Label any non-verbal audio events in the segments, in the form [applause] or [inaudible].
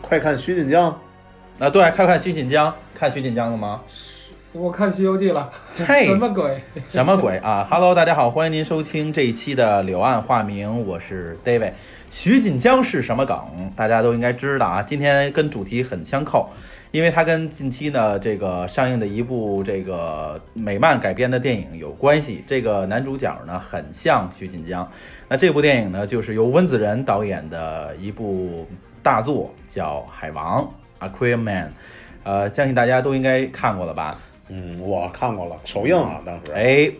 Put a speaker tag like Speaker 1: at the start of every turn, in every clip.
Speaker 1: 快看徐锦江，
Speaker 2: 啊，对，看看徐锦江，看徐锦江了吗？
Speaker 3: 我看《西游记》了，
Speaker 2: 嘿
Speaker 3: 什，么鬼？
Speaker 2: [laughs] 什么鬼啊？Hello，大家好，欢迎您收听这一期的《柳暗花明》，我是 David。徐锦江是什么梗？大家都应该知道啊。今天跟主题很相扣，因为它跟近期呢这个上映的一部这个美漫改编的电影有关系。这个男主角呢很像徐锦江。那这部电影呢，就是由温子仁导演的一部大作，叫《海王》（Aquaman）。呃，相信大家都应该看过了吧？
Speaker 1: 嗯，我看过了，首映啊，当时，
Speaker 2: 哎，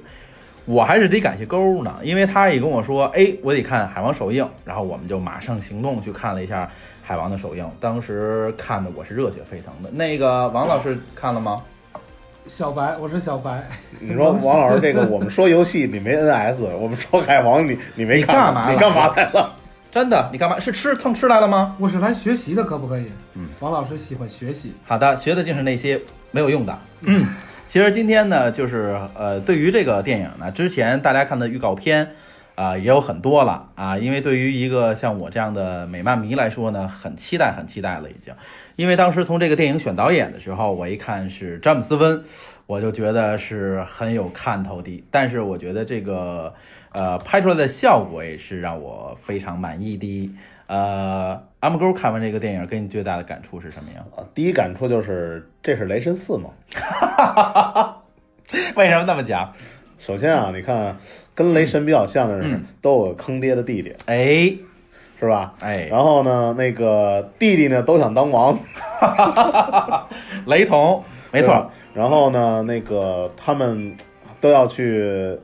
Speaker 2: 我还是得感谢勾呢，因为他也跟我说，哎，我得看《海王》首映，然后我们就马上行动去看了一下《海王》的首映。当时看的我是热血沸腾的。那个王老师看了吗？
Speaker 3: 小白，我是小白，
Speaker 1: 你说王老师这个，我们说游戏你没 NS，我 [laughs] 们说海王你你没看，
Speaker 2: 你干嘛
Speaker 1: 你
Speaker 2: 来
Speaker 1: 干嘛来了？
Speaker 2: 真的，你干嘛？是吃蹭吃来了吗？
Speaker 3: 我是来学习的，可不可以？
Speaker 2: 嗯，
Speaker 3: 王老师喜欢学习，
Speaker 2: 好的，学的竟是那些没有用的。嗯，其实今天呢，就是呃，对于这个电影呢，之前大家看的预告片啊、也有很多了啊，因为对于一个像我这样的美漫迷来说呢，很期待，很期待了已经。因为当时从这个电影选导演的时候，我一看是詹姆斯温，我就觉得是很有看头的。但是我觉得这个呃拍出来的效果也是让我非常满意的。呃，阿木沟看完这个电影，给你最大的感触是什么呀？
Speaker 1: 啊 [laughs] 第一感触就是这是雷神四吗？
Speaker 2: [laughs] 为什么那么讲？
Speaker 1: 首先啊，你看跟雷神比较像的是
Speaker 2: 嗯
Speaker 1: 都有个坑爹的弟弟，
Speaker 2: 哎
Speaker 1: 是吧？
Speaker 2: 哎，
Speaker 1: 然后呢，那个弟弟呢都想当王，
Speaker 2: 雷同，没
Speaker 1: 对
Speaker 2: 错
Speaker 1: 吧，。然后呢，那个他们都要去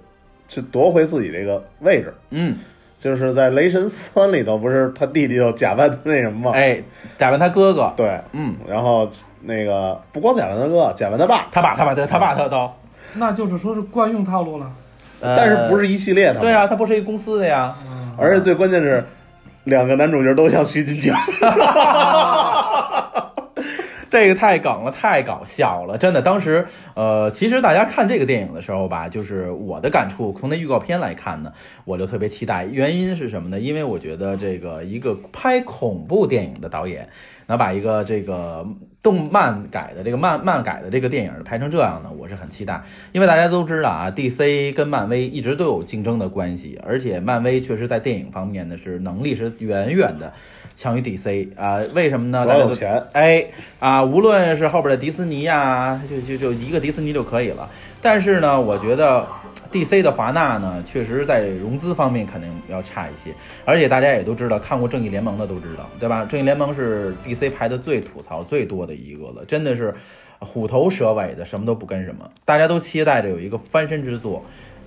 Speaker 1: 去夺回自己这个位置，
Speaker 2: 嗯，
Speaker 1: 就是在《雷神三》里头，不是他弟弟就假扮那什么吗？
Speaker 2: 哎，假扮他哥哥，
Speaker 1: 对，
Speaker 2: 嗯，
Speaker 1: 然后那个不光假扮他哥，假扮他爸，
Speaker 2: 他爸他爸他他爸他都，
Speaker 3: 那就是说是惯用套路了。
Speaker 2: 呃
Speaker 1: 但是不？是一系列的，
Speaker 2: 对，啊，他不是一公司的呀，
Speaker 3: 啊，
Speaker 1: 而且最关键是。两个男主角都像徐锦江，
Speaker 2: [laughs] 这个太梗了，太搞笑了，真的。当时，呃，其实大家看这个电影的时候吧，就是我的感触，从那预告片来看呢，我就特别期待。原因是什么呢？因为我觉得这个一个拍恐怖电影的导演，能把一个这个动漫改的这个漫漫改的这个电影拍成这样呢，我是很期待。因为大家都知道啊，DC 跟漫威一直都有竞争的关系，而且漫威确实在电影方面呢是能力是远远的强于 DC 啊、为什么呢？
Speaker 1: 主
Speaker 2: 大
Speaker 1: 要
Speaker 2: 家
Speaker 1: 有
Speaker 2: 都
Speaker 1: 钱，
Speaker 2: 哎啊，无论是后边的迪士尼呀、就就就一个迪士尼就可以了。但是呢，我觉得 DC 的华纳呢，确实在融资方面肯定要差一些。而且大家也都知道，看过《正义联盟》的都知道，对吧？《正义联盟》是 DC 排的最吐槽最多的一个了，真的是虎头蛇尾的，什么都不跟什么。大家都期待着有一个翻身之作。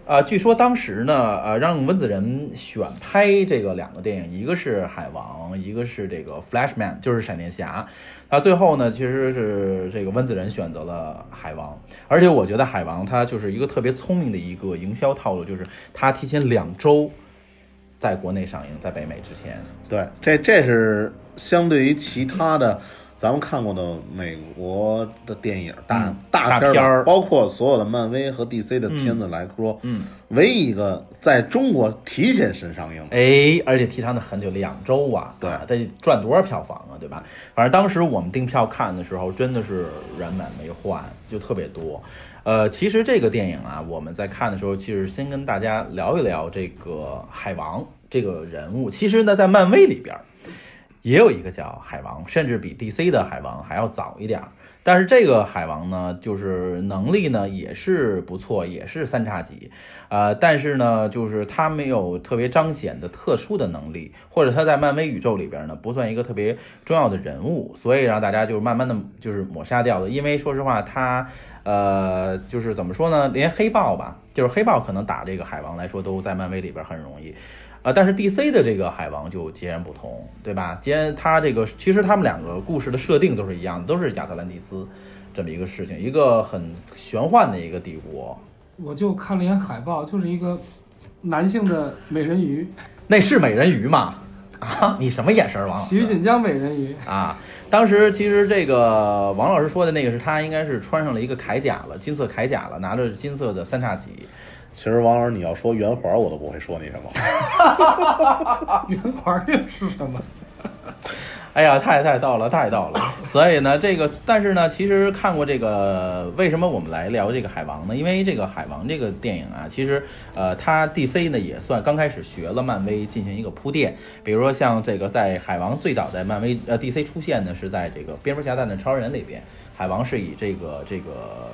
Speaker 2: 呃，据说当时呢，呃，让温子仁选拍这个两个电影，一个是《海王》，一个是这个《Flashman》，就是闪电侠。那最后呢，其实是这个温子仁选择了《海王》，而且我觉得《海王》它就是一个特别聪明的一个营销套路，就是它提前两周在国内上映，在北美之前。
Speaker 1: 对，这这是相对于其他的咱们看过的美国的电影大、
Speaker 2: 嗯
Speaker 1: 大
Speaker 2: 大
Speaker 1: 片
Speaker 2: 片
Speaker 1: 儿，
Speaker 2: 儿
Speaker 1: 包括所有的漫威和 DC 的片子来说，
Speaker 2: 嗯，
Speaker 1: 唯一一个在中国提前身上映的。
Speaker 2: 哎，而且提倡的很久，两周啊，
Speaker 1: 对
Speaker 2: 啊得赚多少票房啊，对吧？反正当时我们订票看的时候，真的是人满为患，就特别多。呃，其实这个电影啊，我们在看的时候，其实先跟大家聊一聊这个海王这个人物。其实呢，在漫威里边儿也有一个叫海王，甚至比 DC 的海王还要早一点儿。但是这个海王呢，就是能力呢也是不错，也是三叉戟，呃，但是呢，就是他没有特别彰显的特殊的能力，或者他在漫威宇宙里边呢不算一个特别重要的人物，所以让大家就是慢慢的就是抹杀掉的。因为说实话，他呃就是怎么说呢，连黑豹吧，就是黑豹可能打这个海王来说都在漫威里边很容易。呃，但是 DC 的这个海王就截然不同，对吧？既然他这个其实他们两个故事的设定都是一样的，都是亚特兰蒂斯这么一个事情，一个很玄幻的一个帝国，
Speaker 3: 我就看了一眼海报，就是一个男性的美人鱼，
Speaker 2: 那是美人鱼吗？啊，你什么眼神儿，王老
Speaker 3: 徐
Speaker 2: 师？
Speaker 3: 锦江美人鱼，
Speaker 2: 啊，当时其实这个王老师说的那个是他应该是穿上了一个铠甲了，金色铠甲了，拿着金色的三叉戟。
Speaker 1: 其实王老师，你要说圆环，我
Speaker 2: 啊
Speaker 1: 都不会说你什么。
Speaker 3: 圆环又是什么？
Speaker 2: 哎呀，太太到了，太到了。 [coughs] 所以呢，这个，但是呢，其实看过这个，为什么我们来聊这个《海王》呢？因为这个《海王》这个电影啊，其实呃，它 DC 呢也算刚开始学了漫威进行一个铺垫，比如说像这个在《海王》最早在漫威呃 DC 出现呢，是在这个《蝙蝠侠大战超人》里边，海王是以这个这个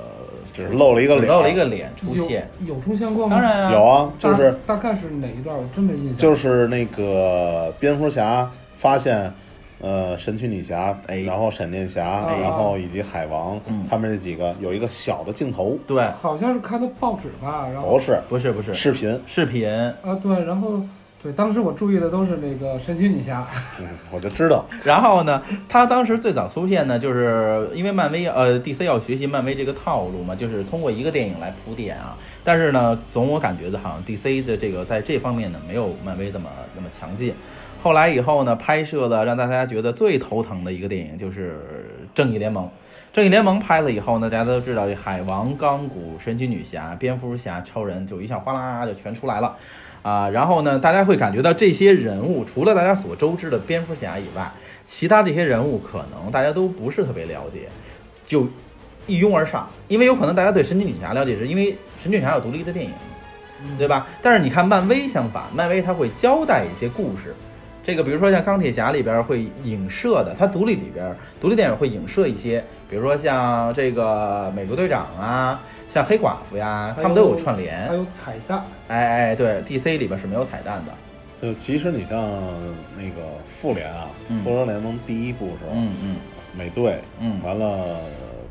Speaker 1: 只是露了一个
Speaker 2: 只
Speaker 1: 脸，
Speaker 2: 露了一个脸出现。
Speaker 3: 有有出现过吗？
Speaker 2: 当然啊，
Speaker 1: 有啊，
Speaker 3: 大，
Speaker 1: 就是
Speaker 3: 大概是哪一段？我真没印象。
Speaker 1: 就是那个蝙蝠侠发现，呃，神奇女侠，
Speaker 2: 哎哦
Speaker 1: 然后闪电侠，
Speaker 3: 哎
Speaker 1: 然后以及海王，
Speaker 2: 嗯
Speaker 1: 他们这几个有一个小的镜头，
Speaker 2: 对，
Speaker 3: 好像是看的报纸吧，然后
Speaker 1: 不是
Speaker 2: 不哦是不是
Speaker 1: 视频，
Speaker 2: 视频，
Speaker 3: 啊对，然后对，当时我注意的都是那个神奇女侠，
Speaker 2: 哎
Speaker 1: 嗯，我就知道，
Speaker 2: 然后呢，他当时最早出现呢，就是因为漫威呃 DC 要学习漫威这个套路嘛，就是通过一个电影来铺垫啊。但是呢，总我感觉的好像 DC 的这个在这方面呢，没有漫威那么那么强劲。后来以后呢，拍摄了让大家觉得最头疼的一个电影就是《正义联盟》。正义联盟拍了以后呢，大家都知道，海王、钢骨、神奇女侠、蝙蝠侠、超人就一下哗啦就全出来了，啊，然后呢，大家会感觉到这些人物，除了大家所周知的蝙蝠侠以外，其他这些人物可能大家都不是特别了解，就一拥而上，因为有可能大家对神奇女侠了解是因为神奇女侠有独立的电影，对吧？但是你看漫威相反，漫威它会交代一些故事，这个比如说像钢铁侠里边会影射的，它独立里边独立电影会影射一些，比如说像这个美国队长啊，像黑寡妇呀，他们都有串联
Speaker 3: 还。有彩蛋，
Speaker 2: 哎哎，对，DC 里边是没有彩蛋的。
Speaker 1: 就其实你像那个复联啊，
Speaker 2: 嗯
Speaker 1: 复仇者联盟第一部的时候，
Speaker 2: 嗯嗯
Speaker 1: 美队，
Speaker 2: 嗯
Speaker 1: 完了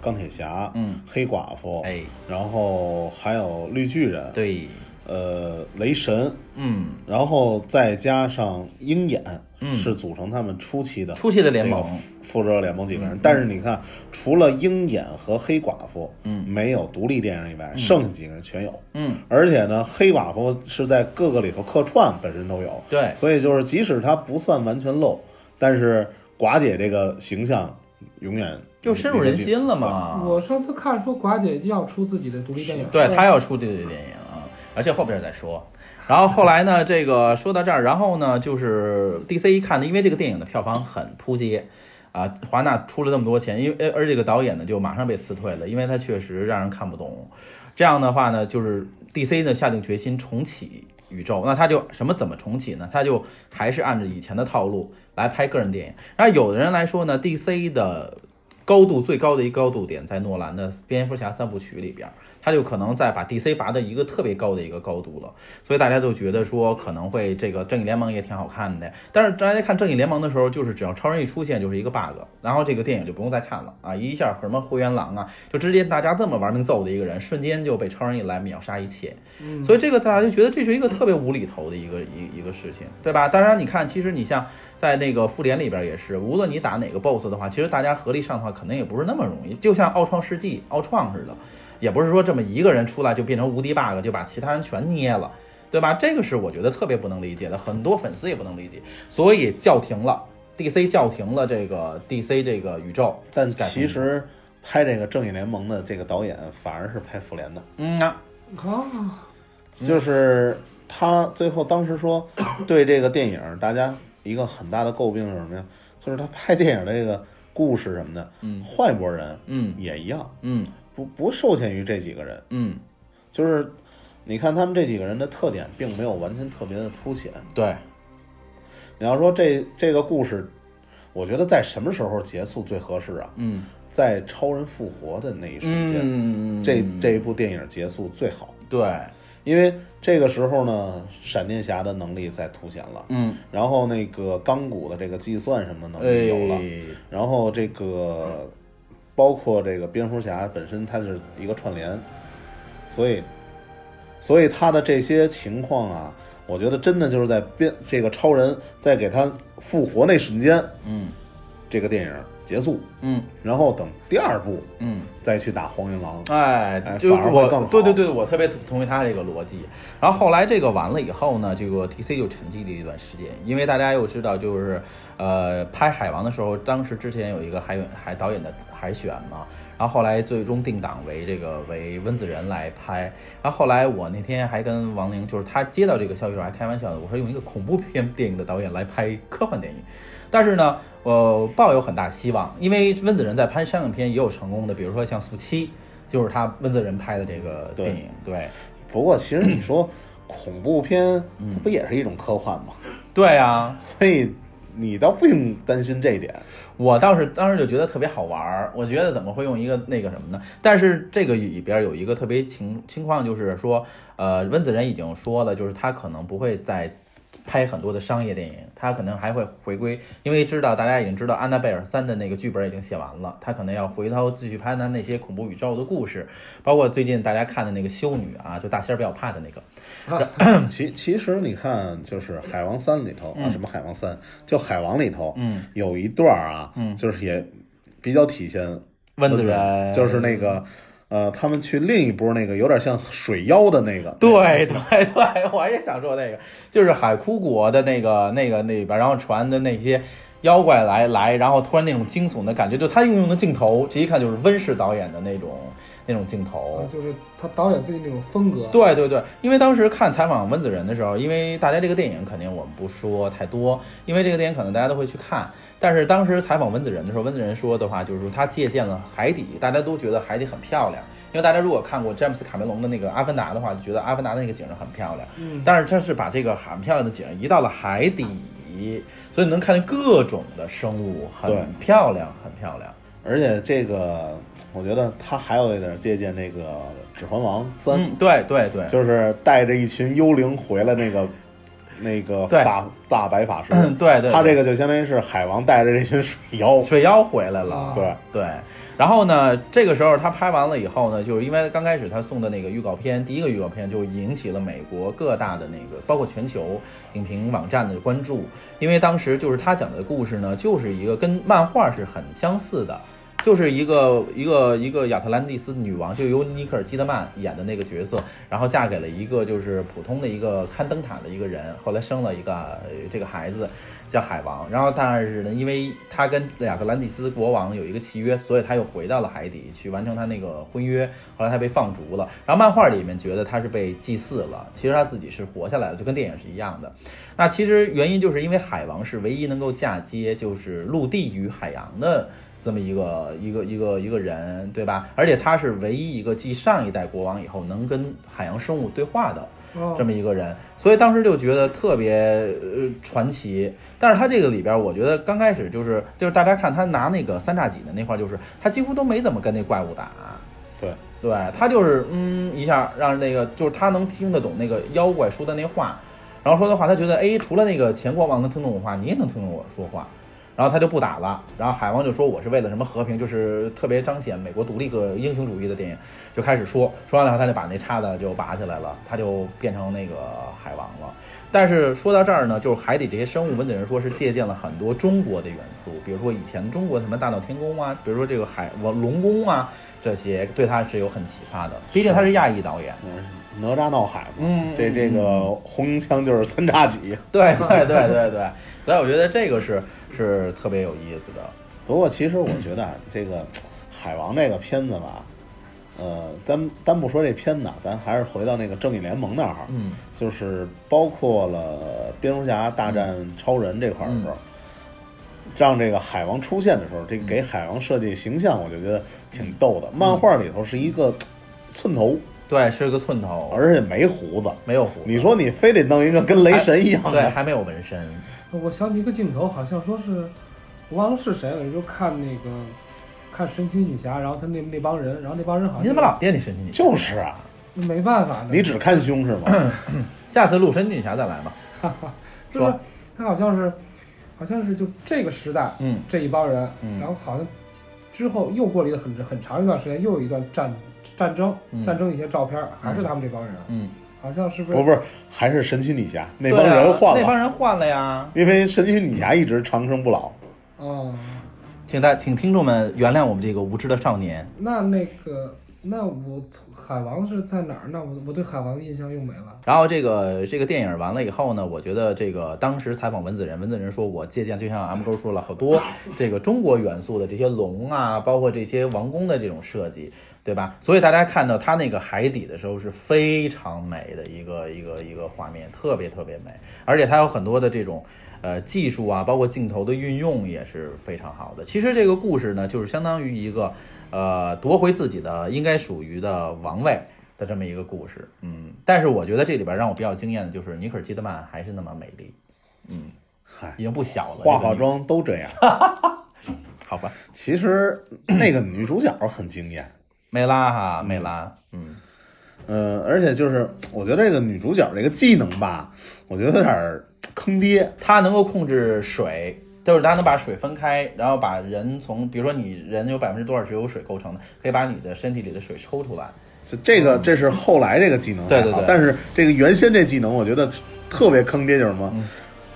Speaker 1: 钢铁侠，
Speaker 2: 嗯，
Speaker 1: 黑寡妇，
Speaker 2: 哎，
Speaker 1: 然后还有绿巨人，
Speaker 2: 对，
Speaker 1: 呃，雷神，
Speaker 2: 嗯，
Speaker 1: 然后再加上鹰眼，
Speaker 2: 嗯
Speaker 1: 是组成他们初期的
Speaker 2: 初期的联盟
Speaker 1: 这个复仇者联盟几个人。
Speaker 2: 嗯
Speaker 1: 但是你看，除了鹰眼和黑寡妇，
Speaker 2: 嗯
Speaker 1: 没有独立电影以外，剩下几个人全有。
Speaker 2: 嗯，
Speaker 1: 而且呢，黑寡妇是在各个里头客串，本身都有。
Speaker 2: 对
Speaker 1: 所以就是即使她不算完全露，但是寡姐这个形象永远
Speaker 2: 就深入人心了
Speaker 1: 对
Speaker 2: 嘛。
Speaker 3: 我上次看说寡姐要出自己的独立电影，
Speaker 2: 啊对
Speaker 3: 是吧
Speaker 2: 他要出这个电影啊，而且后边再说。然后后来呢，这个说到这儿，然后呢，就是 DC 一看呢，因为这个电影的票房很扑街。啊，华纳出了那么多钱，因为呃而这个导演呢就马上被辞退了，因为他确实让人看不懂。这样的话呢，就是 DC 呢下定决心重启宇宙，那他就什么怎么重启呢？他就还是按照以前的套路来拍个人电影。然后有的人来说呢，DC 的高度最高的一个高度点在诺兰的《蝙蝠侠》三部曲里边，他就可能在把 DC 拔到一个特别高的一个高度了，所以大家都觉得说可能会这个《正义联盟》也挺好看的。但是大家看《正义联盟》的时候，就是只要超人一出现就是一个 bug，然后这个电影就不用再看了啊！一下什么灰原狼啊，就直接大家这么玩命揍的一个人，瞬间就被超人一来秒杀一切。
Speaker 3: 嗯，
Speaker 2: 所以这个大家就觉得这是一个特别无厘头的一个一一个事情，对吧？当然，你看，其实你像在那个复联里边也是，无论你打哪个 BOSS 的话，其实大家合力上的话，可能也不是那么容易。就像奥创世纪、奥创似的，也不是说这么一个人出来就变成无敌 bug，就把其他人全捏了。对吧？这个是我觉得特别不能理解的，很多粉丝也不能理解，所以叫停了，DC 叫停了这个 DC 这个宇宙。
Speaker 1: 但
Speaker 2: 改
Speaker 1: 其实拍这个正义联盟的这个导演反而是拍复联的，
Speaker 2: 嗯啊，
Speaker 3: 啊，
Speaker 1: 就是他最后当时说对这个电影大家一个很大的诟病是什么呀？就是他拍电影这个故事什么的，
Speaker 2: 嗯
Speaker 1: 坏波人
Speaker 2: 嗯
Speaker 1: 也一样，
Speaker 2: 嗯
Speaker 1: 不不受限于这几个人，
Speaker 2: 嗯，
Speaker 1: 就是你看他们这几个人的特点并没有完全特别的凸显。
Speaker 2: 对，
Speaker 1: 你要说这这个故事，我觉得在什么时候结束最合适啊？
Speaker 2: 嗯
Speaker 1: 在超人复活的那一瞬间，
Speaker 2: 嗯，
Speaker 1: 这这一部电影结束最好，
Speaker 2: 对，
Speaker 1: 因为这个时候呢，闪电侠的能力在凸显了，
Speaker 2: 嗯，
Speaker 1: 然后那个钢骨的这个计算什么的能力有了，
Speaker 2: 哎，
Speaker 1: 然后这个包括这个蝙蝠侠本身它是一个串联，所以所以他的这些情况啊，我觉得真的就是在变这个超人在给他复活那瞬间，
Speaker 2: 嗯
Speaker 1: 这个电影结束，
Speaker 2: 嗯
Speaker 1: 然后等第二部
Speaker 2: 嗯，
Speaker 1: 再去打黄云狼，
Speaker 2: 哎
Speaker 1: 哎，
Speaker 2: 就是
Speaker 1: 反而会更好，
Speaker 2: 我对对对，我特别同意他这个逻辑。然后后来这个完了以后呢，这个 DC 就沉寂了一段时间，因为大家又知道，就是呃，拍《海王》的时候，当时之前有一个海选海导演的海选嘛，然后后来最终定档为这个为温子仁来拍。然后后来我那天还跟王玲，就是他接到这个消息的时候还开玩笑的，我说用一个恐怖片电影的导演来拍科幻电影，但是呢，我抱有很大希望，因为温子仁在拍商业片也有成功的，比如说像《速七》，就是他温子仁拍的这个电影，对
Speaker 1: 不过其实你说恐怖片，它不也是一种科幻吗？
Speaker 2: 对啊，
Speaker 1: 所以你倒不用担心这一点。
Speaker 2: 我倒是当时就觉得特别好玩儿，我觉得怎么会用一个那个什么呢？但是这个里边有一个特别情情况，就是说，呃，温子仁已经说了，就是他可能不会再拍很多的商业电影，他可能还会回归，因为知道大家已经知道《安娜贝尔三》的那个剧本已经写完了，他可能要回头继续拍他那些恐怖宇宙的故事，包括最近大家看的那个《修女》啊，就大仙儿比较怕的那个，
Speaker 1: 其其实你看，就是《海王三》里头啊，什么《海王三》，就《海王》里头，
Speaker 2: 嗯，
Speaker 1: 有一段儿啊，嗯，就是也比较体现
Speaker 2: 温子仁
Speaker 1: 就是那个。呃，他们去另一波那个有点像水妖的那个，
Speaker 2: 对对对， [laughs] 我也想说那个，就是海枯国的那个那个那里边，然后传的那些妖怪来来，然后突然那种惊悚的感觉，就他运用的镜头，这一看就是温室导演的那种那种镜头。
Speaker 3: 哦就是他导演自己那种风格，
Speaker 2: 对对对，因为当时看采访温子仁的时候，因为大家这个电影肯定我们不说太多，因为这个电影可能大家都会去看。但是当时采访温子仁的时候，温子仁说的话就是说他借鉴了海底，大家都觉得海底很漂亮。因为大家如果看过詹姆斯卡梅隆的那个《阿凡达》的话，就觉得《阿凡达》的那个景儿很漂亮。
Speaker 3: 嗯，
Speaker 2: 但是它是把这个很漂亮的景移到了海底，所以能看见各种的生物，很
Speaker 1: 对
Speaker 2: 漂亮，很漂亮。
Speaker 1: 而且这个我觉得他还有一点借鉴这个《指环王三》
Speaker 2: 嗯，对对对，
Speaker 1: 就是带着一群幽灵回来那个那个
Speaker 2: 对
Speaker 1: 大大白法师，
Speaker 2: 嗯对对，
Speaker 1: 他这个就相当于是海王带着这群水妖，
Speaker 2: 水妖回来
Speaker 3: 哦
Speaker 2: 了，
Speaker 1: 对，
Speaker 2: 对。然后呢，这个时候他拍完了以后呢，就是因为刚开始他送的那个预告片，第一个预告片就引起了美国各大的那个，包括全球影评网站的关注，因为当时就是他讲的故事呢，就是一个跟漫画是很相似的。就是一个一个一个亚特兰蒂斯女王，就由尼克尔基德曼演的那个角色，然后嫁给了一个就是普通的一个看灯塔的一个人，后来生了一个呃这个孩子叫海王，然后但是呢，因为他跟亚特兰蒂斯国王有一个契约，所以他又回到了海底去完成他那个婚约，后来他被放逐了，然后漫画里面觉得他是被祭祀了，其实他自己是活下来了，就跟电影是一样的。那其实原因就是因为海王是唯一能够嫁接就是陆地与海洋的这么一个一个一个一个人，对吧？而且他是唯一一个继上一代国王以后能跟海洋生物对话的
Speaker 3: 哦
Speaker 2: 这么一个人，所以当时就觉得特别呃传奇。但是他这个里边，我觉得刚开始就是就是大家看他拿那个三叉戟的那块儿，就是他几乎都没怎么跟那怪物打。
Speaker 1: 对，
Speaker 2: 对他就是嗯一下让那个就是他能听得懂那个妖怪说的那话，然后说的话他觉得哎除了那个前国王能听懂我话，你也能听懂我说话，然后他就不打了。然后海王就说我是为了什么和平，就是特别彰显美国独立个英雄主义的电影，就开始说说完了以后他就把那叉子就拔起来了，他就变成那个海王了。但是说到这儿呢，就是海底这些生物，温子仁说是借鉴了很多中国的元素，比如说以前中国什么大闹天宫啊，比如说这个海王龙宫啊，这些对他是有很启发的。毕竟他是亚裔导演，
Speaker 1: 嗯哪吒闹海嘛，
Speaker 2: 嗯
Speaker 1: 这这个红缨枪就是三叉戟。
Speaker 2: 对对对对对，所以我觉得这个是是特别有意思的。
Speaker 1: 不过其实我觉得啊，这个海王这个片子吧，呃，单单不说这片子啊，咱还是回到那个正义联盟那儿哈，
Speaker 2: 嗯
Speaker 1: 就是包括了蝙蝠侠大战超人这块儿的时候，让这个海王出现的时候，这个给海王设计形象，我就觉得挺逗的。漫画里头是一个寸头，
Speaker 2: 对，是个寸头，
Speaker 1: 而且没胡子。
Speaker 2: 没有胡子。
Speaker 1: 你说你非得弄一个跟雷神一样
Speaker 2: 对，
Speaker 1: 的，
Speaker 2: 还没有纹身。
Speaker 3: 我想起一个镜头，好像说是我忘了是谁了，就看那个看神奇女侠，然后他那那帮人，然后那帮人好像
Speaker 2: 你怎么老惦记神奇女侠？
Speaker 1: 就是啊，
Speaker 3: 没办法的，
Speaker 1: 你只看胸是 [clears throat] 吗？
Speaker 2: 下次录神奇女侠再来吧。
Speaker 3: 就是
Speaker 2: 说
Speaker 3: 他好像是好像是就这个时代
Speaker 2: 嗯
Speaker 3: 这一帮人，
Speaker 2: 嗯
Speaker 3: 然后好像之后又过了一个很很长一段时间，又有一段战战争
Speaker 2: 嗯
Speaker 3: 战争一些照片，还是他们这帮人，
Speaker 2: 嗯，
Speaker 3: 好像是不
Speaker 1: 不
Speaker 3: 是？
Speaker 1: 不是，还是神奇女侠那帮
Speaker 2: 对啊
Speaker 1: 人换
Speaker 2: 那帮
Speaker 1: 了，
Speaker 2: 人换了呀。
Speaker 1: 因为神奇女侠一直长生不老。
Speaker 3: 哦，
Speaker 2: 请大请听众们原谅我们这个无知的少年。
Speaker 3: 那那个那我从海王是在哪儿？那我我对海王印象又没了。
Speaker 2: 然后这个这个电影完了以后呢，我觉得这个当时采访文子仁，文子仁说我借鉴，就像 M 哥说了好多这个中国元素的这些龙啊，包括这些王宫的这种设计，对吧？所以大家看到它那个海底的时候是非常美的一个一个一个画面，特别特别美，而且它有很多的这种。呃，技术啊，包括镜头的运用也是非常好的。其实这个故事呢，就是相当于一个呃夺回自己的应该属于的王位的这么一个故事。嗯，但是我觉得这里边让我比较惊艳的就是妮可基德曼还是那么美丽，嗯，
Speaker 1: 嗨，
Speaker 2: 已经不小了。
Speaker 1: 化
Speaker 2: 这个
Speaker 1: 化
Speaker 2: 女，
Speaker 1: 妆都这样。
Speaker 2: 好吧，
Speaker 1: 其实那个女主角很惊艳，
Speaker 2: 梅拉哈，梅拉，嗯，
Speaker 1: 嗯，而且就是我觉得这个女主角这个技能吧，我觉得有点儿坑爹。
Speaker 2: 她能够控制水。就是她能把水分开，然后把人从，比如说你人有百分之多少是由水构成的，可以把你的身体里的水抽出来，
Speaker 1: 就这个，这是后来这个技能还好
Speaker 2: 对对对
Speaker 1: 但是这个原先这技能，我觉得特别坑爹，就是什么？
Speaker 2: 嗯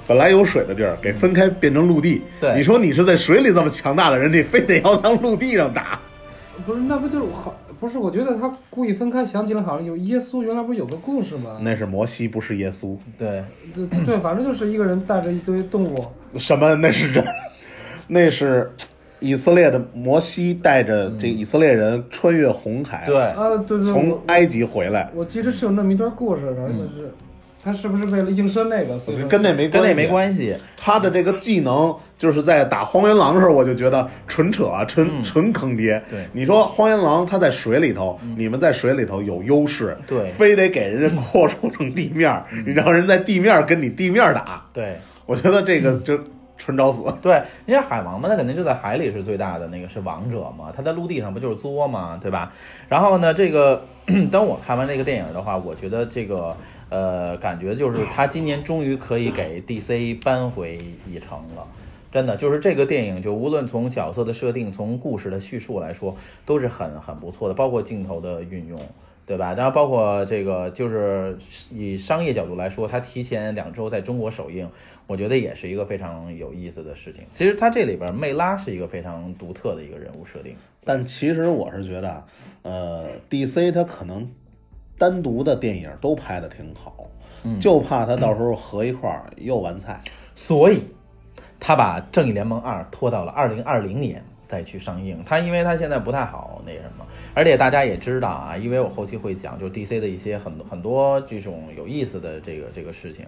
Speaker 1: 本来有水的地儿，给分开变成陆地。
Speaker 2: 对
Speaker 1: 你说你是在水里这么强大的人，你非得要当陆地上打？
Speaker 3: 不是，那不就是我好？不是，我觉得他故意分开，想起了好像有耶稣，原来不是有个故事吗？
Speaker 1: 那是摩西，不是耶稣。
Speaker 2: 对，
Speaker 3: 对对，反正就是一个人带着一堆动物，
Speaker 1: 什么？那是人， [laughs] 那是以色列的摩西带着这以色列人穿越红海，
Speaker 2: 对，
Speaker 3: 啊，对对，
Speaker 1: 从
Speaker 3: 我
Speaker 1: 埃及回来。
Speaker 3: 我记得是有那么一段故事，反正就是他是不是为了映射那个，
Speaker 1: 我
Speaker 3: 所以
Speaker 1: 觉得
Speaker 3: 说
Speaker 1: 跟那没
Speaker 2: 嗯跟
Speaker 1: 关系，
Speaker 2: 那没关系，
Speaker 1: 他的这个技能就是在打荒原狼的时候，我就觉得纯扯啊，纯、
Speaker 2: 嗯
Speaker 1: 纯坑爹。
Speaker 2: 对嗯
Speaker 1: 你说荒原狼它在水里头，你们在水里头有优势，
Speaker 2: 对嗯
Speaker 1: 非得给人家扩充成地面儿，你让人在地面儿跟你地面儿打，
Speaker 2: 对，
Speaker 1: 我觉得这个就纯找死。
Speaker 2: 对，因为海王嘛，他肯定就在海里是最大的那个，是王者嘛，他在陆地上不就是作嘛，对吧？然后呢，这个 [clears throat] 当我看完这个电影的话，我觉得这个呃，感觉就是他今年终于可以给 DC 扳回一城了。真的就是这个电影，就无论从角色的设定，从故事的叙述来说，都是很很不错的，包括镜头的运用，对吧？然后包括这个，就是以商业角度来说，它提前两周在中国首映，我觉得也是一个非常有意思的事情。其实它这里边梅拉是一个非常独特的一个人物设定，
Speaker 1: 但其实我是觉得啊，呃，DC 它可能单独的电影都拍的挺好，
Speaker 2: 嗯
Speaker 1: 就怕它到时候合一块儿又完菜。
Speaker 2: 所以他把《正义联盟二》拖到了二零二零年再去上映。他因为他现在不太好那什么，而且大家也知道啊，因为我后期会讲，就是 DC 的一些很多很多这种有意思的这个这个事情。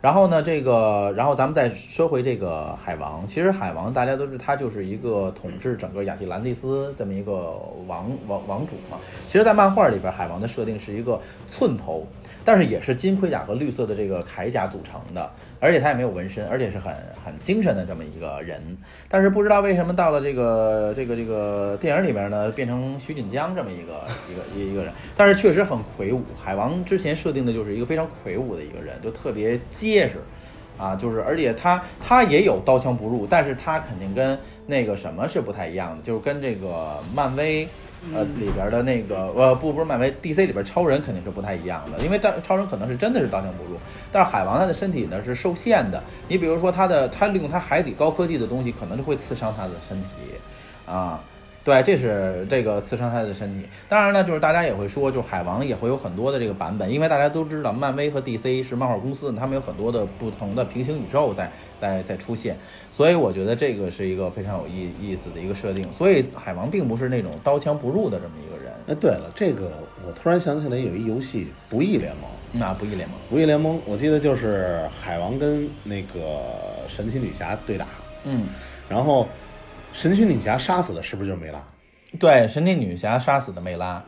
Speaker 2: 然后呢，这个，然后咱们再说回这个海王。其实海王大家都是他就是一个统治整个亚特兰蒂斯这么一个王王王主嘛。其实，在漫画里边，海王的设定是一个寸头，但是也是金盔甲和绿色的这个铠甲组成的，而且他也没有纹身，而且是很很精神的这么一个人。但是不知道为什么到了这个这个这个电影里边呢，变成徐锦江这么一个一个一个一个人，但是确实很魁梧。海王之前设定的就是一个非常魁梧的一个人，就特别结实。啊，就是而且他他也有刀枪不入，但是他肯定跟那个什么是不太一样的，就是跟这个漫威。呃，里边的那个呃，不不是漫威，DC 里边超人肯定是不太一样的，因为超超人可能是真的是刀枪不入，但是海王他的身体呢是受限的，你比如说他的他利用他海底高科技的东西，可能就会刺伤他的身体，啊，对，这是这个刺伤他的身体。当然呢，就是大家也会说，就是海王也会有很多的这个版本，因为大家都知道，漫威和 DC 是漫画公司，他们有很多的不同的平行宇宙在在在出现，所以我觉得这个是一个非常有意意思的一个设定。所以海王并不是那种刀枪不入的这么一个人，
Speaker 1: 哎，对了，这个我突然想起来有一游戏《不义联盟》。
Speaker 2: 那不义联盟，
Speaker 1: 不义联盟，我记得就是海王跟那个神奇女侠对打，
Speaker 2: 嗯，
Speaker 1: 然后神奇女侠杀死的是不是就是梅拉？
Speaker 2: 对，神奇女侠杀死的梅拉，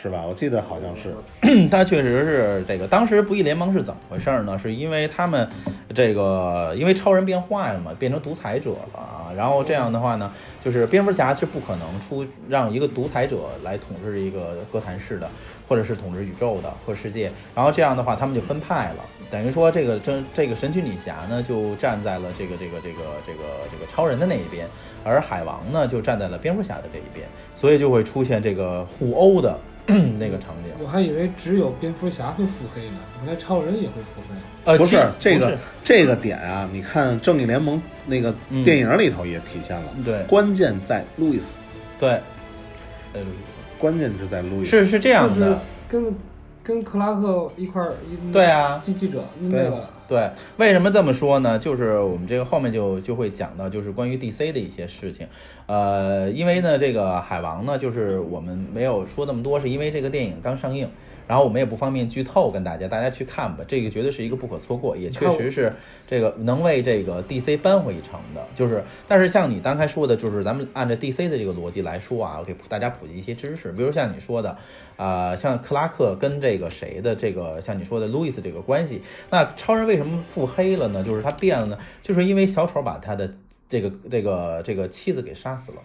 Speaker 1: 是吧？我记得好像是。
Speaker 2: [clears throat] 他确实是这个。当时不义联盟是怎么回事儿呢？是因为他们这个因为超人变坏了嘛，变成独裁者了啊。然后这样的话呢，就是蝙蝠侠是不可能出让一个独裁者来统治一个哥谭市的，或者是统治宇宙的或世界。然后这样的话，他们就分派了，等于说这个这这个神奇女侠呢就站在了这个这个这个这个这个超人的那一边，而海王呢就站在了蝙蝠侠的这一边，所以就会出现这个互殴的 [clears throat] 那个场景。
Speaker 3: 我还以为只有蝙蝠侠会腹黑呢，原来超人也会腹黑。
Speaker 2: 呃，
Speaker 1: 不
Speaker 2: 其实
Speaker 1: 是这
Speaker 2: 不
Speaker 1: 个
Speaker 2: 是
Speaker 1: 这个点啊，你看《正义联盟》那个
Speaker 2: 嗯
Speaker 1: 电影里头也体现了，
Speaker 2: 对
Speaker 1: 关键在路易斯，
Speaker 2: 对，
Speaker 1: 关键是在路易，
Speaker 2: 是是这样
Speaker 3: 就是
Speaker 2: 的，
Speaker 3: 跟跟克拉克一块儿一
Speaker 2: 对啊，
Speaker 3: 记记者那个
Speaker 2: 对，为什么这么说呢？就是我们这个后面就就会讲到，就是关于 DC 的一些事情。呃，因为呢，这个海王呢，就是我们没有说那么多，是因为这个电影刚上映，然后我们也不方便剧透跟大家，大家去看吧。这个绝对是一个不可错过，也确实是这个能为这个 DC 扳回一城的。就是，但是像你刚才说的，就是咱们按照 DC 的这个逻辑来说啊，我给大家普及一些知识，比如像你说的，呃，像克拉克跟这个谁的这个，像你说的路易斯这个关系，那超人为什么腹黑了呢？就是他变了呢，就是因为小丑把他的这个这个这个妻子给杀死了，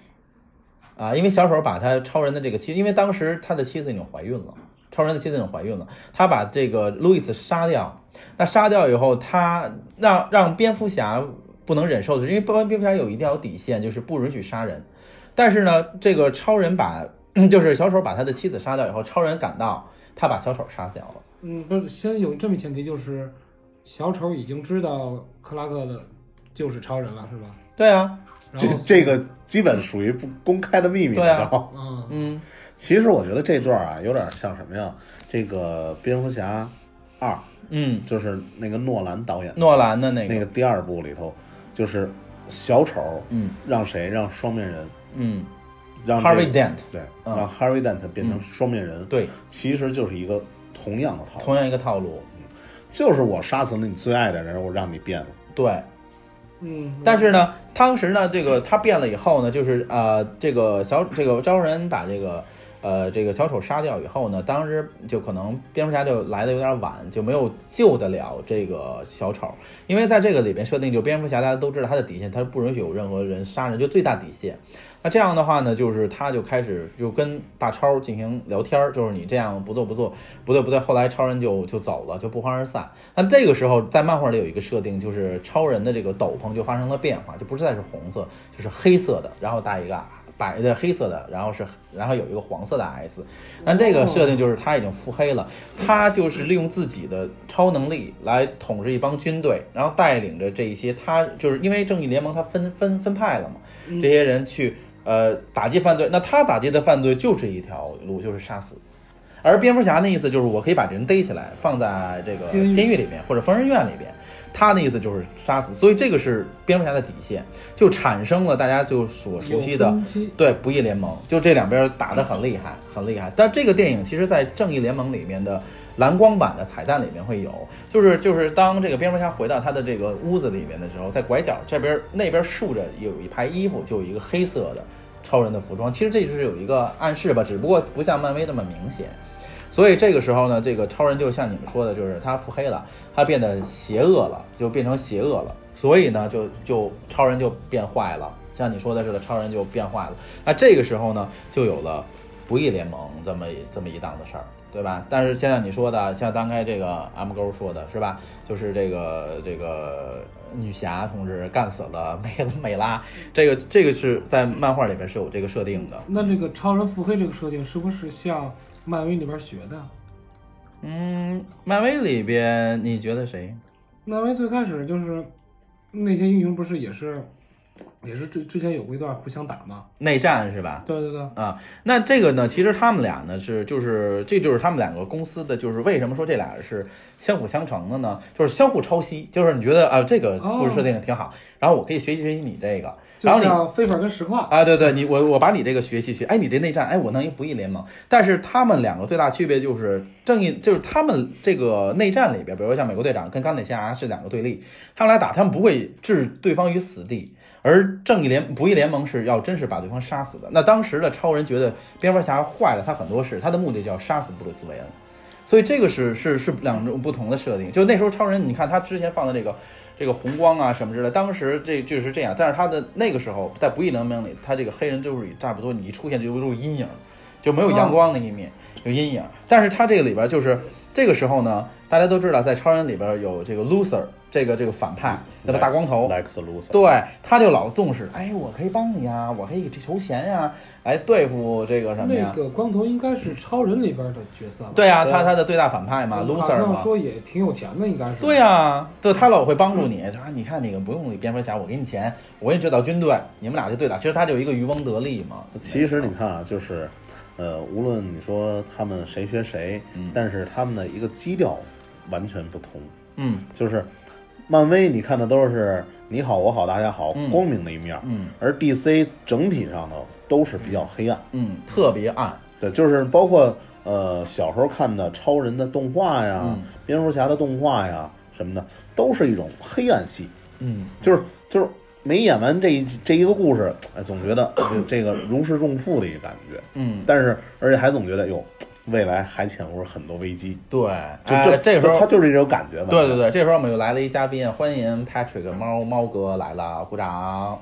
Speaker 2: 啊，因为小丑把他超人的这个妻，因为当时他的妻子已经怀孕了，超人的妻子已经怀孕了，他把这个路易斯杀掉，那杀掉以后，他让让蝙蝠侠不能忍受的是，因为蝙蝙蝠侠有一条底线，就是不允许杀人，但是呢，这个超人把 [clears throat] 就是小丑把他的妻子杀掉以后，超人赶到，他把小丑杀掉了。
Speaker 3: 嗯，不是，先有这么一前提，就是小丑已经知道克拉克的就是超人了，是吧？
Speaker 2: 对啊，
Speaker 3: 然
Speaker 1: 这
Speaker 3: 后
Speaker 1: 这个基本属于不公开的秘密。
Speaker 2: 对啊
Speaker 1: 你知道吗
Speaker 3: 嗯，
Speaker 2: 嗯，
Speaker 1: 其实我觉得这段啊，有点像什么呀？这个《蝙蝠侠二》
Speaker 2: 嗯，
Speaker 1: 就是那个诺兰导演
Speaker 2: 诺兰的那个，
Speaker 1: 那个第二部里头，就是小丑
Speaker 2: 嗯
Speaker 1: 让谁让双面人
Speaker 2: 嗯
Speaker 1: 让这
Speaker 2: ，Harvey Dent，
Speaker 1: 对
Speaker 2: 嗯
Speaker 1: 让 Harvey Dent 变成
Speaker 2: 嗯
Speaker 1: 双面人，
Speaker 2: 对，
Speaker 1: 其实就是一个同样的套路
Speaker 2: 同，样一个套路，
Speaker 1: 就是我杀死了你最爱的人，我让你变了。
Speaker 2: 对。
Speaker 3: 嗯，
Speaker 2: 但是呢，当时呢，这个他变了以后呢，就是呃，这个小这个招人把这个呃这个小丑杀掉以后呢，当时就可能蝙蝠侠就来的有点晚，就没有救得了这个小丑，因为在这个里边设定，就蝙蝠侠大家都知道他的底线，他是不允许有任何人杀人，就最大底线。那这样的话呢，就是他就开始就跟大超进行聊天儿，就是你这样不做不做，不对不对。后来超人就就走了，就不欢而散。那这个时候在漫画里有一个设定，就是超人的这个斗篷就发生了变化，就不再是红色，就是黑色的，然后带一个白的黑色的，然后是然后有一个黄色的 S。那这个设定就是他已经腹黑了，他就是利用自己的超能力来统治一帮军队，然后带领着这一些他就是因为正义联盟他分分分派了嘛，
Speaker 3: 嗯
Speaker 2: 这些人去呃打击犯罪，那他打击的犯罪就是一条路，就是杀死。而蝙蝠侠那意思就是，我可以把这人逮起来，放在这个
Speaker 3: 监狱
Speaker 2: 监狱里面或者疯人院里边。他的意思就是杀死，所以这个是蝙蝠侠的底线，就产生了大家就所熟悉的
Speaker 3: 有分歧
Speaker 2: 对不义联盟，就这两边打得很厉害，很厉害。但这个电影其实，在正义联盟里面的蓝光版的彩蛋里面会有，就是就是当这个蝙蝠侠回到他的这个屋子里面的时候，在拐角这边那边竖着有一排衣服，就有一个黑色的超人的服装，其实这就是有一个暗示吧，只不过不像漫威那么明显。所以这个时候呢，这个超人就像你们说的，就是他腹黑了，他变得邪恶了，就变成邪恶了。所以呢，就就超人就变坏了，像你说的似的，超人就变坏了。那这个时候呢，就有了不义联盟这么一这么一档子事儿，对吧？但是像你说的，像刚才这个 M 勾说的是吧，就是这个这个女侠同志干死了美美拉，这个这个是在漫画里边是有这个设定的。
Speaker 3: 那这个超人腹黑这个设定是不是像漫威那边学的？
Speaker 2: 嗯，漫威里边你觉得谁？
Speaker 3: 漫威最开始就是那些英雄不是也是也是之之前有过一段互相打吗？
Speaker 2: 内战是吧？
Speaker 3: 对对对，
Speaker 2: 啊，那这个呢，其实他们俩呢是就是这就是他们两个公司的，就是为什么说这俩是相辅相成的呢？就是相互抄袭，就是你觉得啊这个故事设定得挺好，然后我可以学习学习你这个，
Speaker 3: 就
Speaker 2: 然后你
Speaker 3: 像飞粉跟石化，
Speaker 2: 啊，对对，你我我把你这个学习学，哎，你这内战，哎，我弄一不义联盟。但是他们两个最大区别就是正义，就是他们这个内战里边，比如说像美国队长跟钢铁侠是两个对立，他们俩打，他们不会置对方于死地。而正义联不义联盟是要真是把对方杀死的。那当时的超人觉得蝙蝠侠坏了他很多事，他的目的就要杀死布鲁斯韦恩，所以这个是是是两种不同的设定。就那时候超人，你看他之前放的这个这个红光啊什么之类，当时这就是这样。但是他的那个时候在不义联盟里，他这个黑人就是差不多，你一出现就有阴影，就没有阳光的一面，有阴影。但是他这个里边就是这个时候呢，大家都知道在超人里边有这个 loser 这个这个反派，那个大光头。
Speaker 1: Lex Luthor，
Speaker 2: 对，他就老纵使，哎，我可以帮你呀，我可以这筹钱呀，来对付这个什么呀
Speaker 3: 那？个光头应该是超人里边的角色吧？嗯
Speaker 2: 对呀、
Speaker 1: 对
Speaker 2: 他他的最大反派嘛
Speaker 3: 好
Speaker 2: ，loser
Speaker 3: 像
Speaker 2: 嘛。
Speaker 3: 说也挺有钱的，应该是。
Speaker 2: 对呀、对他老会帮助你，说啊，你看那个不用你蝙蝠侠，我给你钱，我给你制造军队，你们俩就对打。其实他就有一个渔翁得利嘛。
Speaker 1: 其实你看啊，就是呃，无论你说他们谁学谁，
Speaker 2: 嗯
Speaker 1: 但是他们的一个基调完全不同。
Speaker 2: 嗯
Speaker 1: 就是漫威，你看的都是你好我好大家好
Speaker 2: 嗯
Speaker 1: 光明的一面，
Speaker 2: 嗯
Speaker 1: 而 DC 整体上呢都是比较黑暗。
Speaker 2: 嗯，特别暗，
Speaker 1: 对，就是包括呃小时候看的超人的动画呀、
Speaker 2: 嗯
Speaker 1: 蝙蝠侠的动画呀什么的，都是一种黑暗系，
Speaker 2: 嗯
Speaker 1: 就是就是没演完这一这一个故事，哎，总觉得这这个如释重负的一个感觉。
Speaker 2: 嗯，
Speaker 1: 但是而且还总觉得哟，未来还潜伏着很多危机，
Speaker 2: 对，
Speaker 1: 就
Speaker 2: 哎
Speaker 1: 这、
Speaker 2: 这个时
Speaker 1: 他
Speaker 2: 候。
Speaker 1: 就是这种感觉吧。
Speaker 2: 对对对，这时候我们就来了一嘉宾，欢迎 Patrick 猫猫哥来了，鼓掌。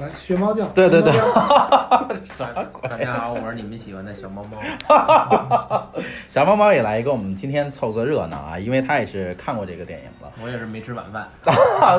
Speaker 3: 来学猫叫，
Speaker 2: 对对对
Speaker 3: 学猫叫
Speaker 4: 大家好，我是你们喜欢的小猫猫。 [laughs]
Speaker 2: 小猫猫也来跟我们今天凑个热闹啊，因为他也是看过这个电影了。
Speaker 4: 我也是没吃晚饭，